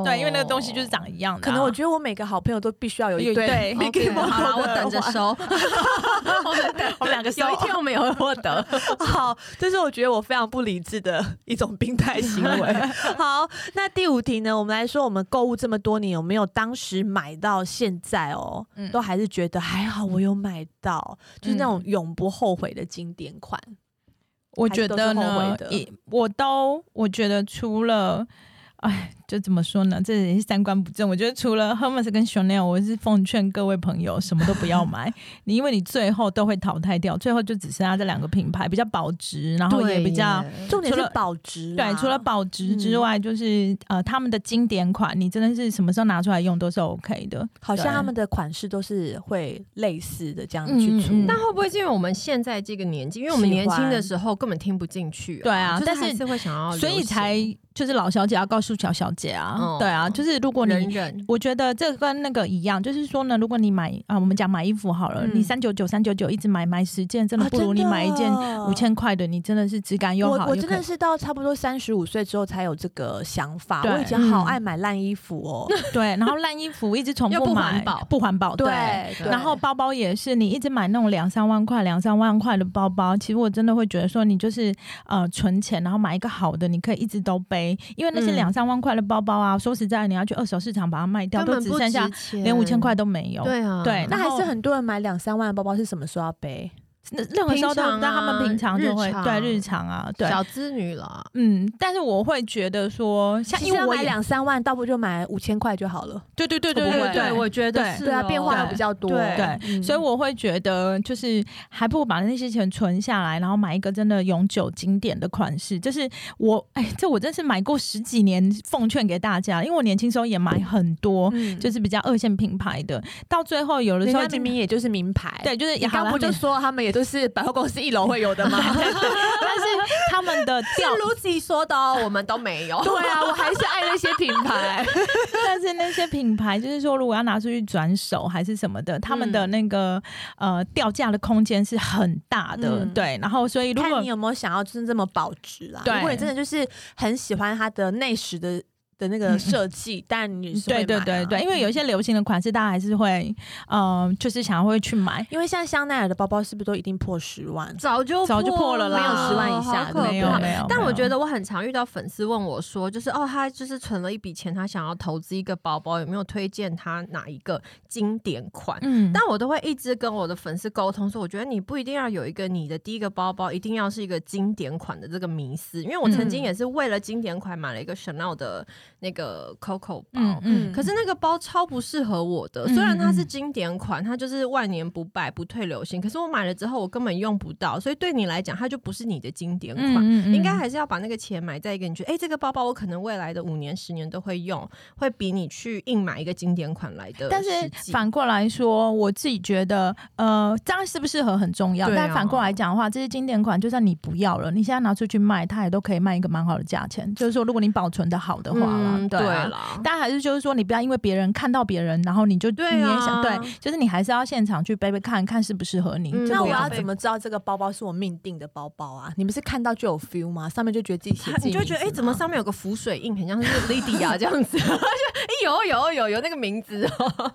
对，因为那个东西就是长一样的啊，
哦可能我觉得我每个好朋友都必须要有
有
一
一
对
对
Mickey
OK，好
Mouse
啦，我等着收。我们 等，
我们两个
有一天我们也会获得。
好，这是我觉得我非常不理智的一种病态行 为。好，那第五题呢？我们来说，我们购物这么多年，有没有当时买到现在哦，
嗯
都还是觉得还好，我有买到，就是那种永不后悔的经典款。
我觉得
还
呢
是都是后悔的，
也我都我觉得除了，哎，就怎么说呢？这也是三观不正。我觉得除了 Hermes 跟 Chanel，我是奉劝各位朋友什么都不要 买，你因为你最后都会淘汰掉，最后就只剩下这两个品牌比较保值，然后也比较。
重点
除
是
了
保值啊啦、
对，除了保值之外，就是呃，他们的经典款，你真的是什么时候拿出来用都是 OK 的。
好像
对
他们的款式都是会类似的这样
嗯
去出。
嗯嗯
但会不会是因为我们现在这个年纪，因为我们
喜
年轻的
欢
时候根本听不进去、
对啊
就是
但是
还是会想哦要流行，
所以才就是老小姐要告诉小小姐啊，
哦
对啊，就是如果你
忍忍。
我觉得这跟那个一样，就是说呢，如果你买啊、我们讲买衣服好了，
嗯啊
你三九九三九九一直买买十件，真的不如你买一件五千块的，你真的是质感又
我
好
我
又
真
可
的是到差不多三十五岁之后才有这个想法。
对
我以前好爱买烂衣服 哦，
对，然后烂衣服一直重
又
复
不
买，
环保
不环保，对。
对
然后包包也是，你一直买那种两三万块、两三万块的包包，其实我真的会觉得说，你就是呃存钱，然后买一个好的，你可以一直都背，因为那些
嗯
两三万块的包包啊，说实在，你要去二手市场把它卖掉，
根
都
本
只
不
剩下
啊
值钱
连五千块，都没有。
对啊，
对
那
然
还
后
是很多人买两三万的包包是什么时候要背？
那任何时候
平
都，
常啊
但他们平常就会
日常
对日常啊，对，
小资女了。
嗯，但是我会觉得说，像
其
因
实
为
要
我
买
也
两三万，倒不如就买五千块就好了。
对对对对
会不会
对对，
我觉得
对
是、哦、
对啊，变化又比较多。
对
对
嗯
所以我会觉得就是还不如把那些钱存下来，然后买一个真的永久经典的款式。就是我哎，这我真是买过十几年，奉劝给大家，因为我年轻时候也买很多，
嗯
就是比较二线品牌的，到最后有的
人
时候
家
已经
明明也就是名牌，
对，就是
你
也好
刚
了
不就说他们也都是百货公司一楼会有的吗？
但是他们的
是
调
Lucy 说的哦，我们都没有。
对啊，我还是爱那些品牌。
但是那些品牌，就是说，如果要拿出去转手还是什么的，他们
嗯
的那个、呃掉价的空间是很大的，
嗯
对。然后，所以如
看
果
你有没有想要真正这么保值啦。
对嗯
如果你真的就是很喜欢它的内饰的。的那个设计，但女生
对对对嗯对，因为有
嗯
一些流行的款式，大家还是会，嗯，就是想要会去买。
因为像香奈儿的包包是不是都一定破十万？
早就
早就破了啦
没有
没有
十万以下
好
的，
可怕没有没有
但
没
我
有
觉得我很常遇到粉丝问我说，就是哦，他就是存了一笔钱，他想要投资一个包包，有没有推荐他哪一个经典款？
嗯，
但我都会一直跟我的粉丝沟通说，我觉得你不一定要有一个你的第一个包包一定要是一个经典款的这个迷思，因为我曾经
嗯
也是为了经典款买了一个 Chanel 的那个 Coco 包，
嗯嗯，
可是那个包超不适合我的，
嗯
虽然它是经典款，它就是万年不败、不退流行，可是我买了之后我根本用不到，所以对你来讲它就不是你的经典款。
嗯嗯
应该还是要把那个钱买在一个你觉得，哎、这个包包我可能未来的五年、十年都会用，会比你去硬买一个经典款来的
但是
实际。
反过来说，我自己觉得，呃，这样适不适合很重要。
对啊
但反过来讲的话，这些经典款，就算你不要了，你现在拿出去卖，它也都可以卖一个蛮好的价钱。就是说，如果你保存的好的话啦，
嗯，
对
对
啊。
啦，
但还是就是说，你不要因为别人看到别人，然后你就
对啊
你也想对，就是你还是要现场去背背看看适不适合你。
嗯
这
那
个
我
也
要
可以
怎么知道这个包包是我命定的包包啊？你们是看到就有 feel 吗？上面就觉得 自己写
他
自己
你就会觉得哎、
名字
怎么
吗
上面有个浮水印，很像是 Lydia 这样子？ 就哎、有有有有那个名字 哦。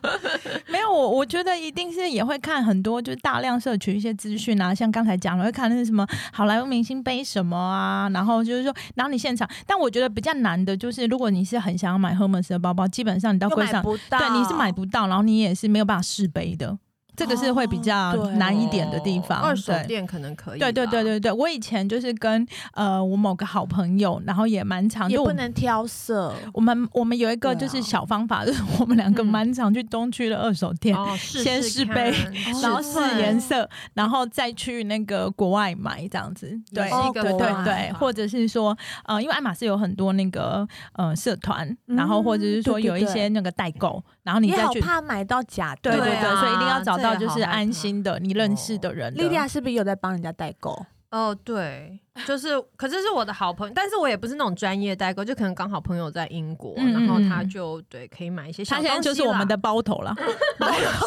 没有，我我觉得一定是也会看很多，就是大量摄取一些资讯啊，像刚才讲了，会看那是什么好莱坞明星背什么啊，然后就是说，然后你现场，但我觉得比较难的就是，如果你是很想要买 Hermes 的包包，基本上你到
又
柜
买
上，
不到？
对，你是买不到，然后你也是没有办法试背的，这个是会比较
哦对
难一点的地方。
哦二手
对
店可能可以。
对对对。对对，我以前就是跟呃我某个好朋友，然后也蛮常，
也
就我
不
们
能挑色。
我们我们有一个
对
就
啊
是小方法，就是我们两个
嗯
蛮常去东区的二手店，
哦，试
先
试
试
看
背
哦
然后
尺
试
寸
颜色，然后再去那个国外买这样子，对
也是一个
对
国
对
外
对，
嘛
或者是说，呃，因为爱马仕有很多那个呃社团，然后或者是
嗯
说
对对
有一
对
些那个代购，然后你
也
再
好
去，
怕买到假的，
对对
对
对，
啊
所以一定要找
这
到
也
就
好
是
害怕
安心的你认识的人的。
哦莉莉亚是不是有在帮人家代 购？
哦，对，就是，可是是我的好朋友，但是我也不是那种专业代购，就可能刚好朋友在英国，
嗯
然后
嗯
他
嗯
就对可以买一些小
她
东西
现
啦。
在就是我们的包头啦，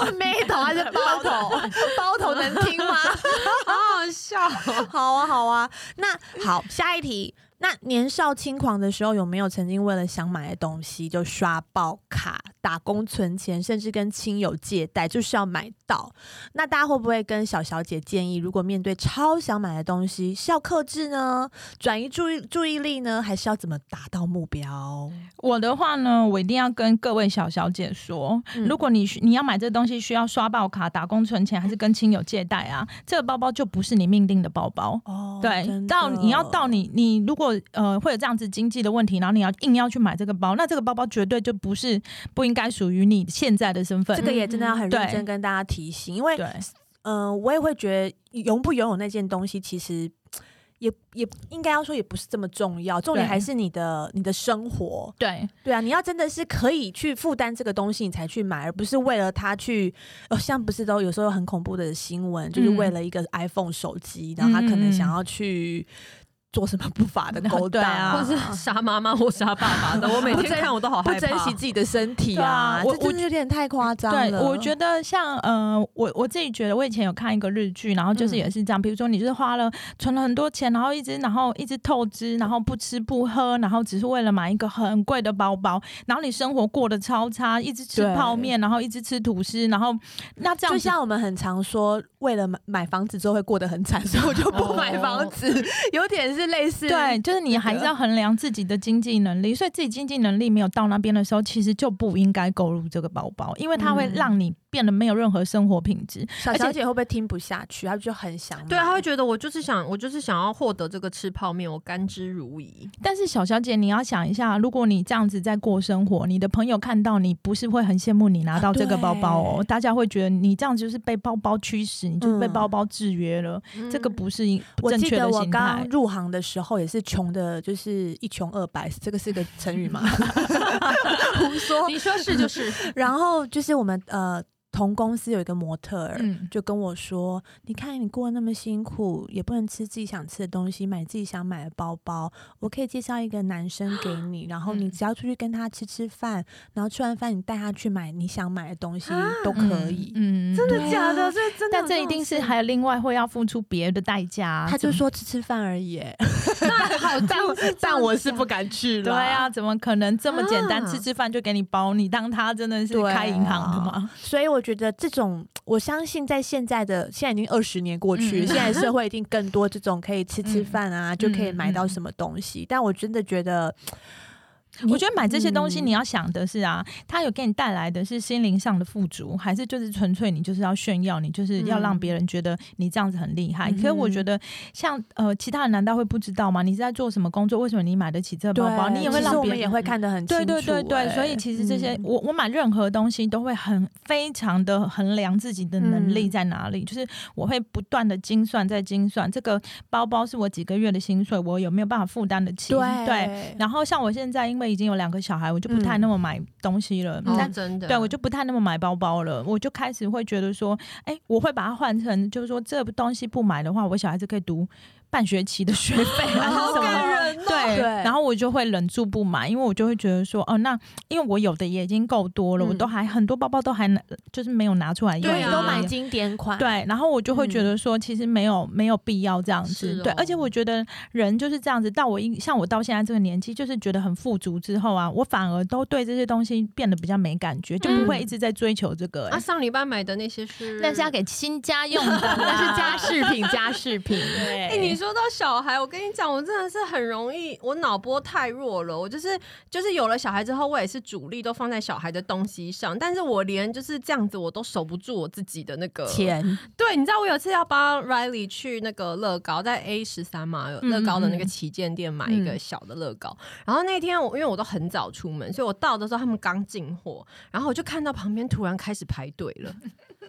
是妹头还 是包头？包头能听吗？
好好笑哦。
好啊，好啊。那好，下一题。那年少轻狂的时候，有没有曾经为了想买的东西就刷爆卡、打工存钱，甚至跟亲友借贷，就是要买到？那大家会不会跟小小姐建议，如果面对超想买的东西，是要克制呢，转移注意注意力呢，还是要怎么达到目标？
我的话呢，我一定要跟各位小小姐说，
嗯
如果你需你要买这东西，需要刷爆卡、打工存钱，还是跟亲友借贷啊，这个包包就不是你命定的包包。
哦
对，到你要到你你如果呃会有这样子经济的问题，然后你要硬要去买这个包，那这个包包绝对就不是不应该属于你现在的身份。
这个也真的要很认
对
真跟大家提醒，因为
对，
嗯，我也会觉得拥不拥有那件东西，其实也也应该要说也不是这么重要，重点
对
还是你的你的生活。
对
对啊，你要真的是可以去负担这个东西，你才去买，而不是为了它去。哦，像不是都有时候有很恐怖的新闻，就是
嗯
为了一个 iPhone 手机，然后他可
嗯嗯
能
嗯
想要去做什么不法的 勾
对
当
啊
或是杀妈妈或杀爸爸的，我每
不
天
珍
看我都好
不
害怕。
珍惜自己的身体啊，
对啊我
这真的有点太夸张
对，
了。
我觉得像呃，我我自己觉得，我以前有看一个日剧，然后就是
嗯
也是这样，比如说你就是花了存了很多钱，然后一直然后一直透支，然后不吃不喝，然后只是为了买一个很贵的包包，然后你生活过得超差，一直吃
对
泡面，然后一直吃吐司，然后那这样
就
子
像我们很常说，为了买买房子之后会过得很惨，所以我就不
哦
买房子， 有点是类似
对，就是你还是要衡量自己的经济能力，所以自己经济能力没有到那边的时候，其实就不应该购入这个包包，因为它会
嗯
让你变得没有任何生活品质。
小小姐会不会听不下去？她就很想买
对啊，他会觉得我就是想，我就是想要获得这个吃泡面，我甘之如饴。
但是小小姐，你要想一下，如果你这样子在过生活，你的朋友看到你，不是会很羡慕你拿到这个包包哦？
啊对
大家会觉得你这样就是被包包驱使，你就是被
嗯
包包制约了，这个不是一
我
正
记
确
得
的
我
心
刚
态。
入行的时候也是穷的，就是一穷二白，这个是个 成语吗？胡说。
你说是就是，
然后就是我们呃。同公司有一个模特儿，
嗯
就跟我说：“你看你过得那么辛苦，也不能吃自己想吃的东西，买自己想买的包包。我可以介绍一个男生给你，然后你只要出去跟他吃吃饭，然后吃完饭你带他去买你想买的东西
啊
都可以。
嗯，
真
对
的
对
假
啊
的？这真的有种事，
但这一定是还有另外会要付出别的代价啊、
他就
怎么
说吃吃饭而已、欸
好脏是这样
但我
子
是
啊
不敢去
对
了。
啊，怎么可能这么简单？
啊
吃吃饭就给你包，你当他真的是
对啊
开银行的吗？
所以我觉得这种，我相信在现在的现在已经二十年过去，
嗯
现在社会一定更多这种可以吃吃饭啊，就可以
嗯
买到什么东西。但我真的觉得，
我觉得买这些东西，
嗯
你要想的是啊，它有给你带来的是心灵上的富足，还是就是纯粹你就是要炫耀，你就是要让
嗯
别人觉得你这样子很厉害？
嗯哼
可是我觉得像呃，其他人难道会不知道吗？你是在做什么工作？为什么你买得起这个包包？你也会
其实
让
我
别
们也
人。
会看得很清
对
楚、
对对对，
哎
所以其实这些、
嗯
我我买任何东西都会很非常的衡量自己的能力
嗯
在哪里，就是我会不断的精算在精算这个包包是我几个月的薪水，我有没有办法负担得起？
对嗯
对，然后像我现在因为已经有两个小孩，我就不太那么买东西了，
哦
但。
真的，
对，我就不太那么买包包了，我就开始会觉得说，哎、我会把它换成，就是说这东西不买的话，我小孩子可以读半学期的学费 还是
好
什么
感人哦，
对，
对
然后我就会忍住不买，因为我就会觉得说，哦，那因为我有的也已经够多了，
嗯
我都还很多包包都还拿就是没有拿出来用，
对啊嗯
都买经典款，
对，然后我就会觉得说，其实没有、没有必要这样子。
是哦
对，而且我觉得人就是这样子，到我一像我到现在这个年纪，就是觉得很富足之后啊，我反而都对这些东西变得比较没感觉，就不会一直在追求这个、欸
嗯啊，上礼拜买的那些是
那是要给新家用的啦，
那是家饰品，家饰品。
对。
哎、你说到小孩，我跟你讲，我真的是很容易，我脑波太弱了。我就是就是有了小孩之后，我也是主力都放在小孩的东西上，但是我连就是这样子，我都守不住我自己的那个。
钱，
对，你知道我有一次要帮 Riley 去那个乐高，在 A 十三嘛，有
嗯
乐高的那个
嗯
旗舰店买一个小的乐高。然后那天我因为我都很早出门，所以我到的时候他们刚进货，然后我就看到旁边突然开始排队 了，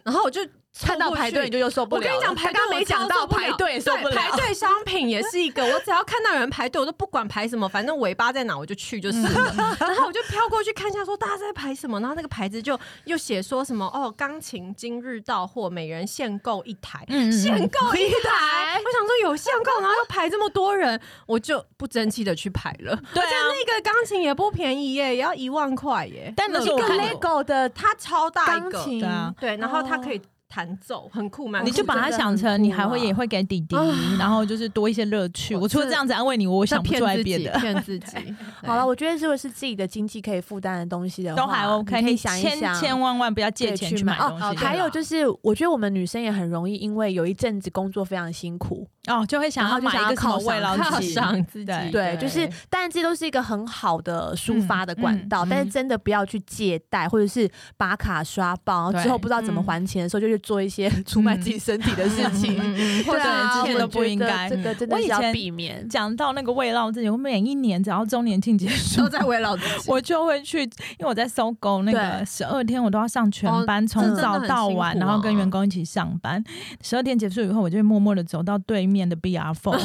然后我就凑
看到
过
排
去
队你就又受不
我
了了。
跟你讲，排队
刚刚没讲到排队受不
对排
了。
队商品也是一个，我只要看到有人排队，我都不管排什么，反正尾巴在哪我就去就是 了。然后我就飘过去看一下，说大家在排什么，然后那个牌子就又写说什么哦，钢琴今日到货，每人限购一台。
嗯，嗯
限
嗯
购一 台，我想说有限购，然后又排这么多人，我就不争气的去排了。
对
而且
嗯
啊，
那个钢琴也不便宜耶，也要一万块耶。
但那
一
是我
个
看
那
到
个的，它超大一
钢
个，
琴
对啊
对，然后它
哦
可以弹奏，很酷，蛮酷
你就把它
真的
想
很
成你
酷
还会
啊
也会给弟弟
啊，
然后就是多一些乐趣。
我
我除了
这
这样子安慰你，我
在
想不出来别的。
骗自己，骗自己
好了，，我觉得如果是自己的经济可以负担的东西的话，
都还 OK，
你可以想一
千
想，
千万万不要借
对
钱去买东西，
哦。还有就是，我觉得我们女生也很容易，因为有一阵子工作非常辛苦，
哦，就会想要买一个什么慰劳
然后
犒
就
剂
想要犒赏，
赏自己，
对
对，就是，当然这都是一个很好的抒发的管
嗯
道，
嗯
但是真的不要去借贷，或者是把卡刷爆，然后之后
对嗯
不知道怎么还钱的时候，就去做 一些出卖自己身体的事情，
嗯
对啊，
这些
我
都不应该嗯
觉得这个真的
我以
是要
前
避免。
讲到那个慰劳剂，我每一年只要周年庆结束
都，在慰劳自己。
我就会去，因为我在搜狗那个
对
十二天，我都要上全班，
这
从
真的
早
很
到
辛
晚，
苦
然后跟
啊
员工一起上班。十二天结束以后，我就会默默的走到对面的 BR Four，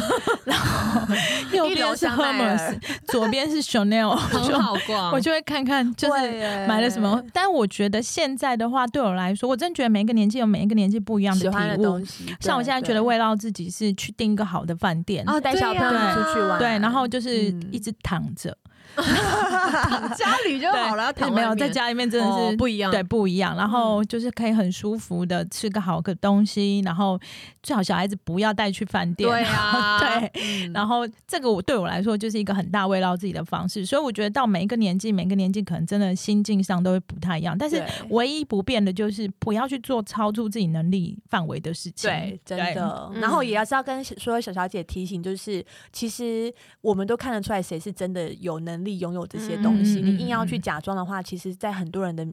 然后右
一楼
边是
香奈
Hermes，
儿
左边是 Chanel，我
很
就
好逛，
我就 会看看就是买了什
呃
么。但我觉得现在的话，对我来说，我真觉得每一个年纪有每一个年纪不一样
喜
的
欢的
体悟
东。西，
像我
对
现在觉得，慰劳自己是去订一个好的饭店，
哦
对带小朋友
对啊
出去玩，
对，然后就是
嗯
一直躺着，
家里就好了，
对，
躺
没有
外面
在家里面真的
哦
是
不一样，嗯
对，不一样。然后就是可以很舒服的吃个好个东西，然后最好小孩子不要带去饭店。
对啊，
对，
嗯
然后这个我对我来说就是一个很大慰劳自己的方式，所以我觉得到每一个年纪，每个年纪可能真的心境上都会不太一样，但是
对
唯一不变的就是不要去做超出自己能力范围的事情。
对，真的。
嗯
然后也要是要跟所有小小姐提醒，就是其实我们都看得出来谁是真的有能力拥有这些东
嗯
西。
嗯
你硬要去
嗯嗯
假装的话，其实，在很多人的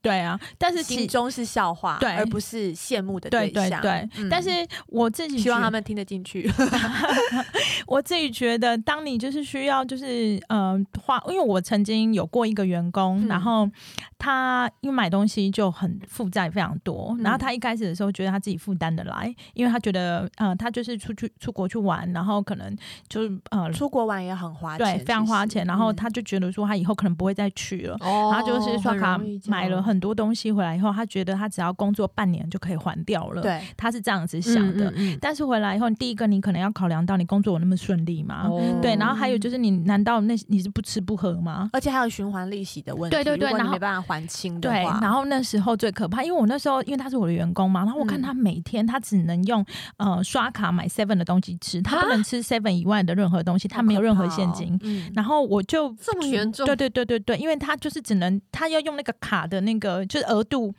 对啊，但是
心
其
中是笑话，
对
而不是羡慕的
对对
象。
对，
嗯
但是嗯我自己
希望
觉
他们听得进去。
我自己觉得，当你就是需要，就是呃，花，因为我曾经有过一个员工，
嗯
然后他因为买东西就很负债非常多，
嗯
然后他一开始的时候觉得他自己负担得来，因为他觉得呃，他就是出去出国去玩，然后可能就是呃，
出国玩也很花钱，嗯
对，非常花钱，然后他就觉得说他以后可能不会再去了。
哦
然后就是刷卡买了了很多东西回来以后，他觉得他只要工作半年就可以还掉了。，
对，
他是这样子想的。
嗯嗯
但是回来以后，第一个你可能要考量到你工作有那么顺利吗？
哦
对，然后还有就是你难道那你是不吃不喝吗？
而且还有循环利息的问题，
对对对
如果
然
你
后
没办法还清的
对，
话，
然后那时候最可怕，因为我那时候因为他是我的员工嘛，然后我看
嗯
他每天他只能用呃刷卡买 seven 的东西吃，他不能吃 seven 以外的任何东西，他没有任何现金。
嗯，
然后我就
哦这么严重
对对对对对，因为他就是只能他要用那个卡的那个就是额度。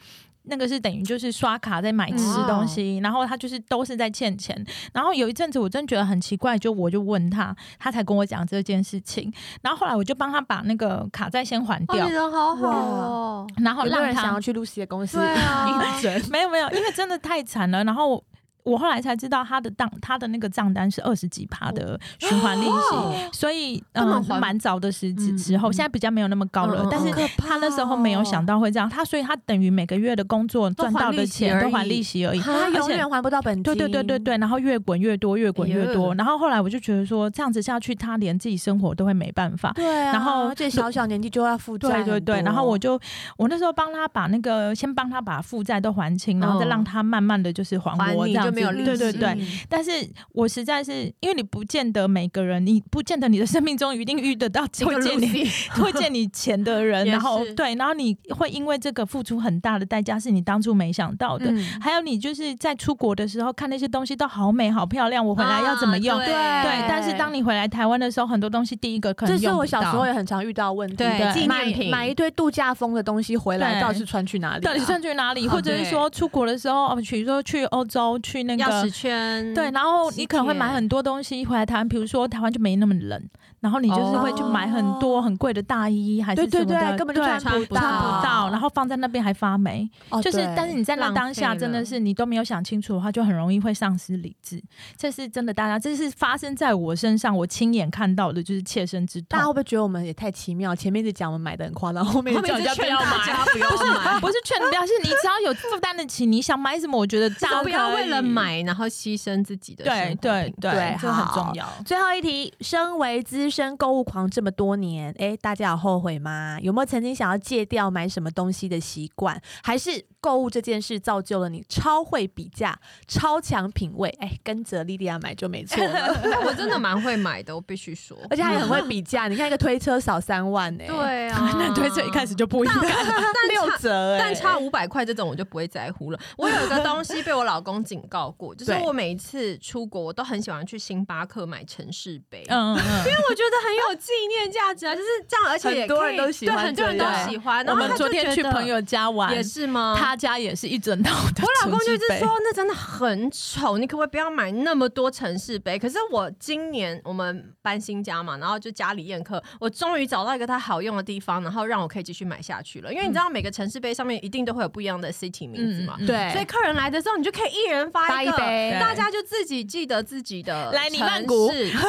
那个是等于就是刷卡在买吃
嗯
东西，然后他就是都是在欠钱。然后有一阵子我真觉得很奇怪，就我就问他，他才跟我讲这件事情。然后后来我就帮他把那个卡债先还
哦，
掉，
你人好好
哇
哦，
然后
有没有
让
人
他
想要去露西的公司
对 啊，
没有没有，因为真的太惨了。然后我我后来才知道他的账，他的那个账单是二十几趴
哦
的循环利息，所以
根本
嗯
还
蛮早的时之
嗯
之后，
嗯
现在比较没有那么高了，
嗯嗯
但是
嗯。
他那时候没有想到会这样，他所以他等于每个月的工作赚到的钱
哦都
都
还
还
利
利息而已，
他
而
永
且
远还不到本金，
对对对对对，然后越滚越多，越滚越多。
哎
然后后来我就觉得说，这样子下去，他连自己生活都会没办法。
对啊，
然后
这小小年纪就要负债
对
很多，
对对，然后我就我那时候帮他把那个先帮他把负债都还清，然后再
嗯
让他慢慢的就是还
还
我
你
这样
就
子，
没有利
对对
息
对。但是我实在是因为你不见得每个人，你不见得你的生命中一定遇得到会借你会借你钱 的人，
也
然后
是
对，然后你会因为这个付出很大的代价，是你当初没想到的。
嗯
还有你就是在出国的时候看那些东西都好美好漂亮，我回来要怎么用？
啊
对
对，但是当你回来台湾的时候，很多东西第一个可能
这
用
是我
不
小时
到
候也很常遇到的问题，
对
对
纪
买
念品
买一堆度假风的东西回来，
对
到底是穿去哪里啊？
到底算去哪里，
啊
或者是说出国的时候，哦，比如说去欧洲，去那
钥匙
个。
圈，
对，然后
喜
你可能会
帖
买很多东西回来台湾，比如说台湾就没那么冷，然后你就是会去买很多很贵的大衣还是什
对哦对
么的，
对，根本就
对
穿
穿
穿
不
不到，
到，哦
然后放在那边还发霉，
后
就是但是你在那
浪
当下
费
真的
了
是你都没有想清楚的话，就很容易会丧失理智，这是真的，大家这是发生在我身上，我亲眼看到的，就是切身之痛
大家。会不会觉得我们也太奇妙？前面一直讲我们买的很夸张，后面
后
就
面
叫
就
人家不
劝
要
大
买。
家不要买，
不是劝你不要，是你只要有负担得起，你想买什么，我觉得大家
不要
可
为了
以
买然后牺牲自己的生活
对
品
对对，
对
这很
好
重要。
最后一题，身为资深购物狂这么多年，哎、大家有后悔吗？有没有曾经想要戒掉买什么东西的习惯？还是购物这件事造就了你超会比价、超强品味？哎、跟着莉莉亚买就没错 了，
哎我真的蛮会买的，我必须说。
而且还很会比价。你看一个推车少三万哎、
对啊，
那推车一开始就不应该，
但
六
差
折哎、
但差五百块这种我就不会在乎了。我有一个东西被我老公警告 过，就是
对
我每一次出国，我都很喜欢去星巴克买城市杯。
嗯嗯嗯。
因为我觉得很有纪念价值啊，就是这样，而且也
很多
可以
人都喜欢
对，很多人
这
都
样
喜欢。
我
然后
们
他
昨
就觉
天去
得
朋友家玩
也，是吗？
他家也是一整套的。
我老公就是说，那真的很丑，你可不可以不要买那么多城市杯？可是我今年我们搬新家嘛，然后就家里宴客，我终于找到一个它好用的地方，然后让我可以继续买下去了。因为你知道每个城市杯上面一定都会有不一样的 city 名字嘛，
嗯嗯嗯
对，
所以客人来的时候，你就可以一人发一个，
发一杯
大家就自己记得自己的
来你
城
曼谷
市
来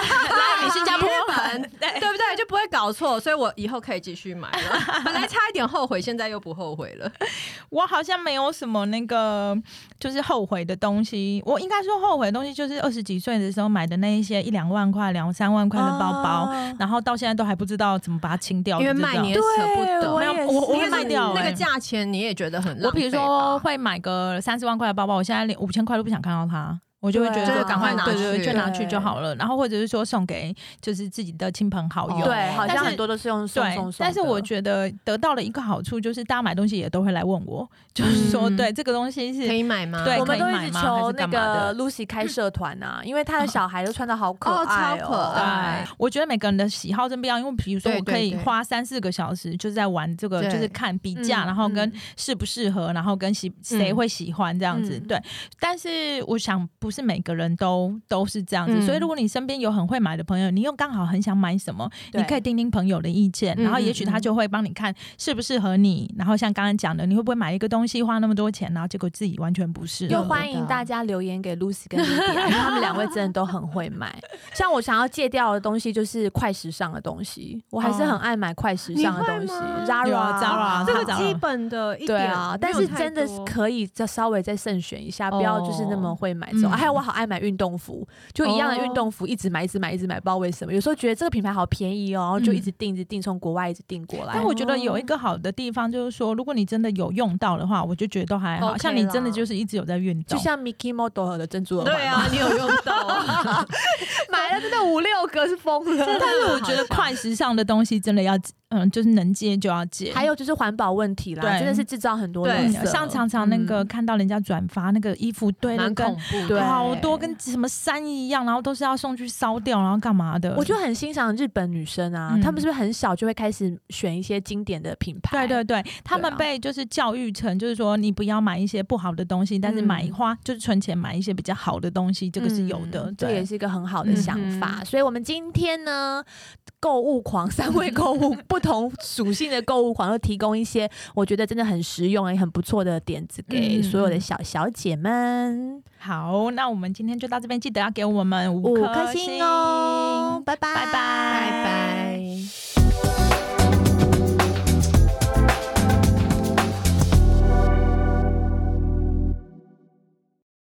你新加坡
日本， 对不对？就不会搞错，所以我以后可以继续买了。本来差一点后悔，现在又不后悔了。
我好像没有什么那个就是后悔的东西。我应该说后悔的东西就是二十几岁的时候买的那一些一两万块、两三万块的包包，
哦
然后到现在都还不知道怎么把它清掉。
因为
不知道
卖你也
对
舍不得，
我
没有
也
我我
是
会卖掉
那
欸
个
哎
价钱你也觉得很
我
浪
比
费
如
吧。
说会买个三十万块的包包，我现在连五千块都不想看到它，我就会觉
对啊
得赶快拿
就是赶快拿
对对
去
对，就拿去就好了。然后或者是说送给就是自己的亲朋好友，
对，好
但
像
是
很多都是用送
对
送送，
但是我觉得得到了一个好处，就是大家买东西也都会来问我，就是说，
嗯
对这个东西是
可以买吗？
对
我
哎可
们
以
都一
买
直
吗
求
还是
那
干嘛
个
的哦
Lucy 开社团啊，因为她的小孩都穿的好可
哦超
爱哦，
可爱
对，我觉得每个人的喜好真不一样，因为比如说
对
我可以
对对
花三四个小时就是在玩这个，
对
就是看比价，
嗯
然后跟
嗯
适不适合，然后跟喜
嗯
谁会喜欢这样子。
嗯
对，但是我想不是每个人都都是这样子，
嗯
所以如果你身边有很会买的朋友，你又刚好很想买什么，
对
你可以听听朋友的意见，
嗯
然后也许
嗯
他
嗯
就会帮你看适不适合你。然后像刚刚讲的，你会不会买一个东西花那么多钱，然后结果自己完全不适
就
合？
欢迎大家留言给 Lucy 跟 Lydia，因为他们两位真的都很会买。像我想要戒掉的东西就是快时尚的东西，我还是很爱买快时尚的东西
你会吗
，Zara、
哦有啊，Zara
这个
早
基本的一
对
点
啊，但是真的
是
可以再稍微再慎选一下，不要就是那么会买这
嗯哦
种。还还有我好爱买运动服，就一样的运动服一直买，一直买，一直买，不知道为什么。有时候觉得这个品牌好便宜哦，然后就一直订，一直订，从国外一直订过
嗯
来
但。我觉得
哦
有一个好的地方就是说，如果你真的有用到的话，我就觉得都还好
OK
像你真
啦
的就是一直有在运动，
就像 Mickey Model 的珍珠耳环嘛，
对啊，你有用到，
买了真的五六个是疯了。
但是我觉得快时尚的东西真的要，嗯，就是能戒就要戒。
还有就是环保问题啦，
对
真的是制造很多
对
垃圾。
像常常那个
嗯
看到人家转发那个衣服堆的
蛮恐
跟
怖
对
的。
好多跟什么山一样，然后都是要送去烧掉，然后干嘛的？
我就很欣赏日本女生啊，
嗯
她们是不是很小就会开始选一些经典的品
对
牌？
对对，
啊
他们被就是教育成就是说你不要买一些不好的东西，但是买花、就是存钱买一些比较好的东西，这个是有的。
嗯这也
对，
是一个很好的想法。所以，我们今天呢，购物狂三位购物不同属性的购物狂，都提供一些我觉得真的很实用也很不错的点子给
嗯
所有的小小姐们，
好，那我们今天就到这边，记得要给我们
五
颗
颗星哦。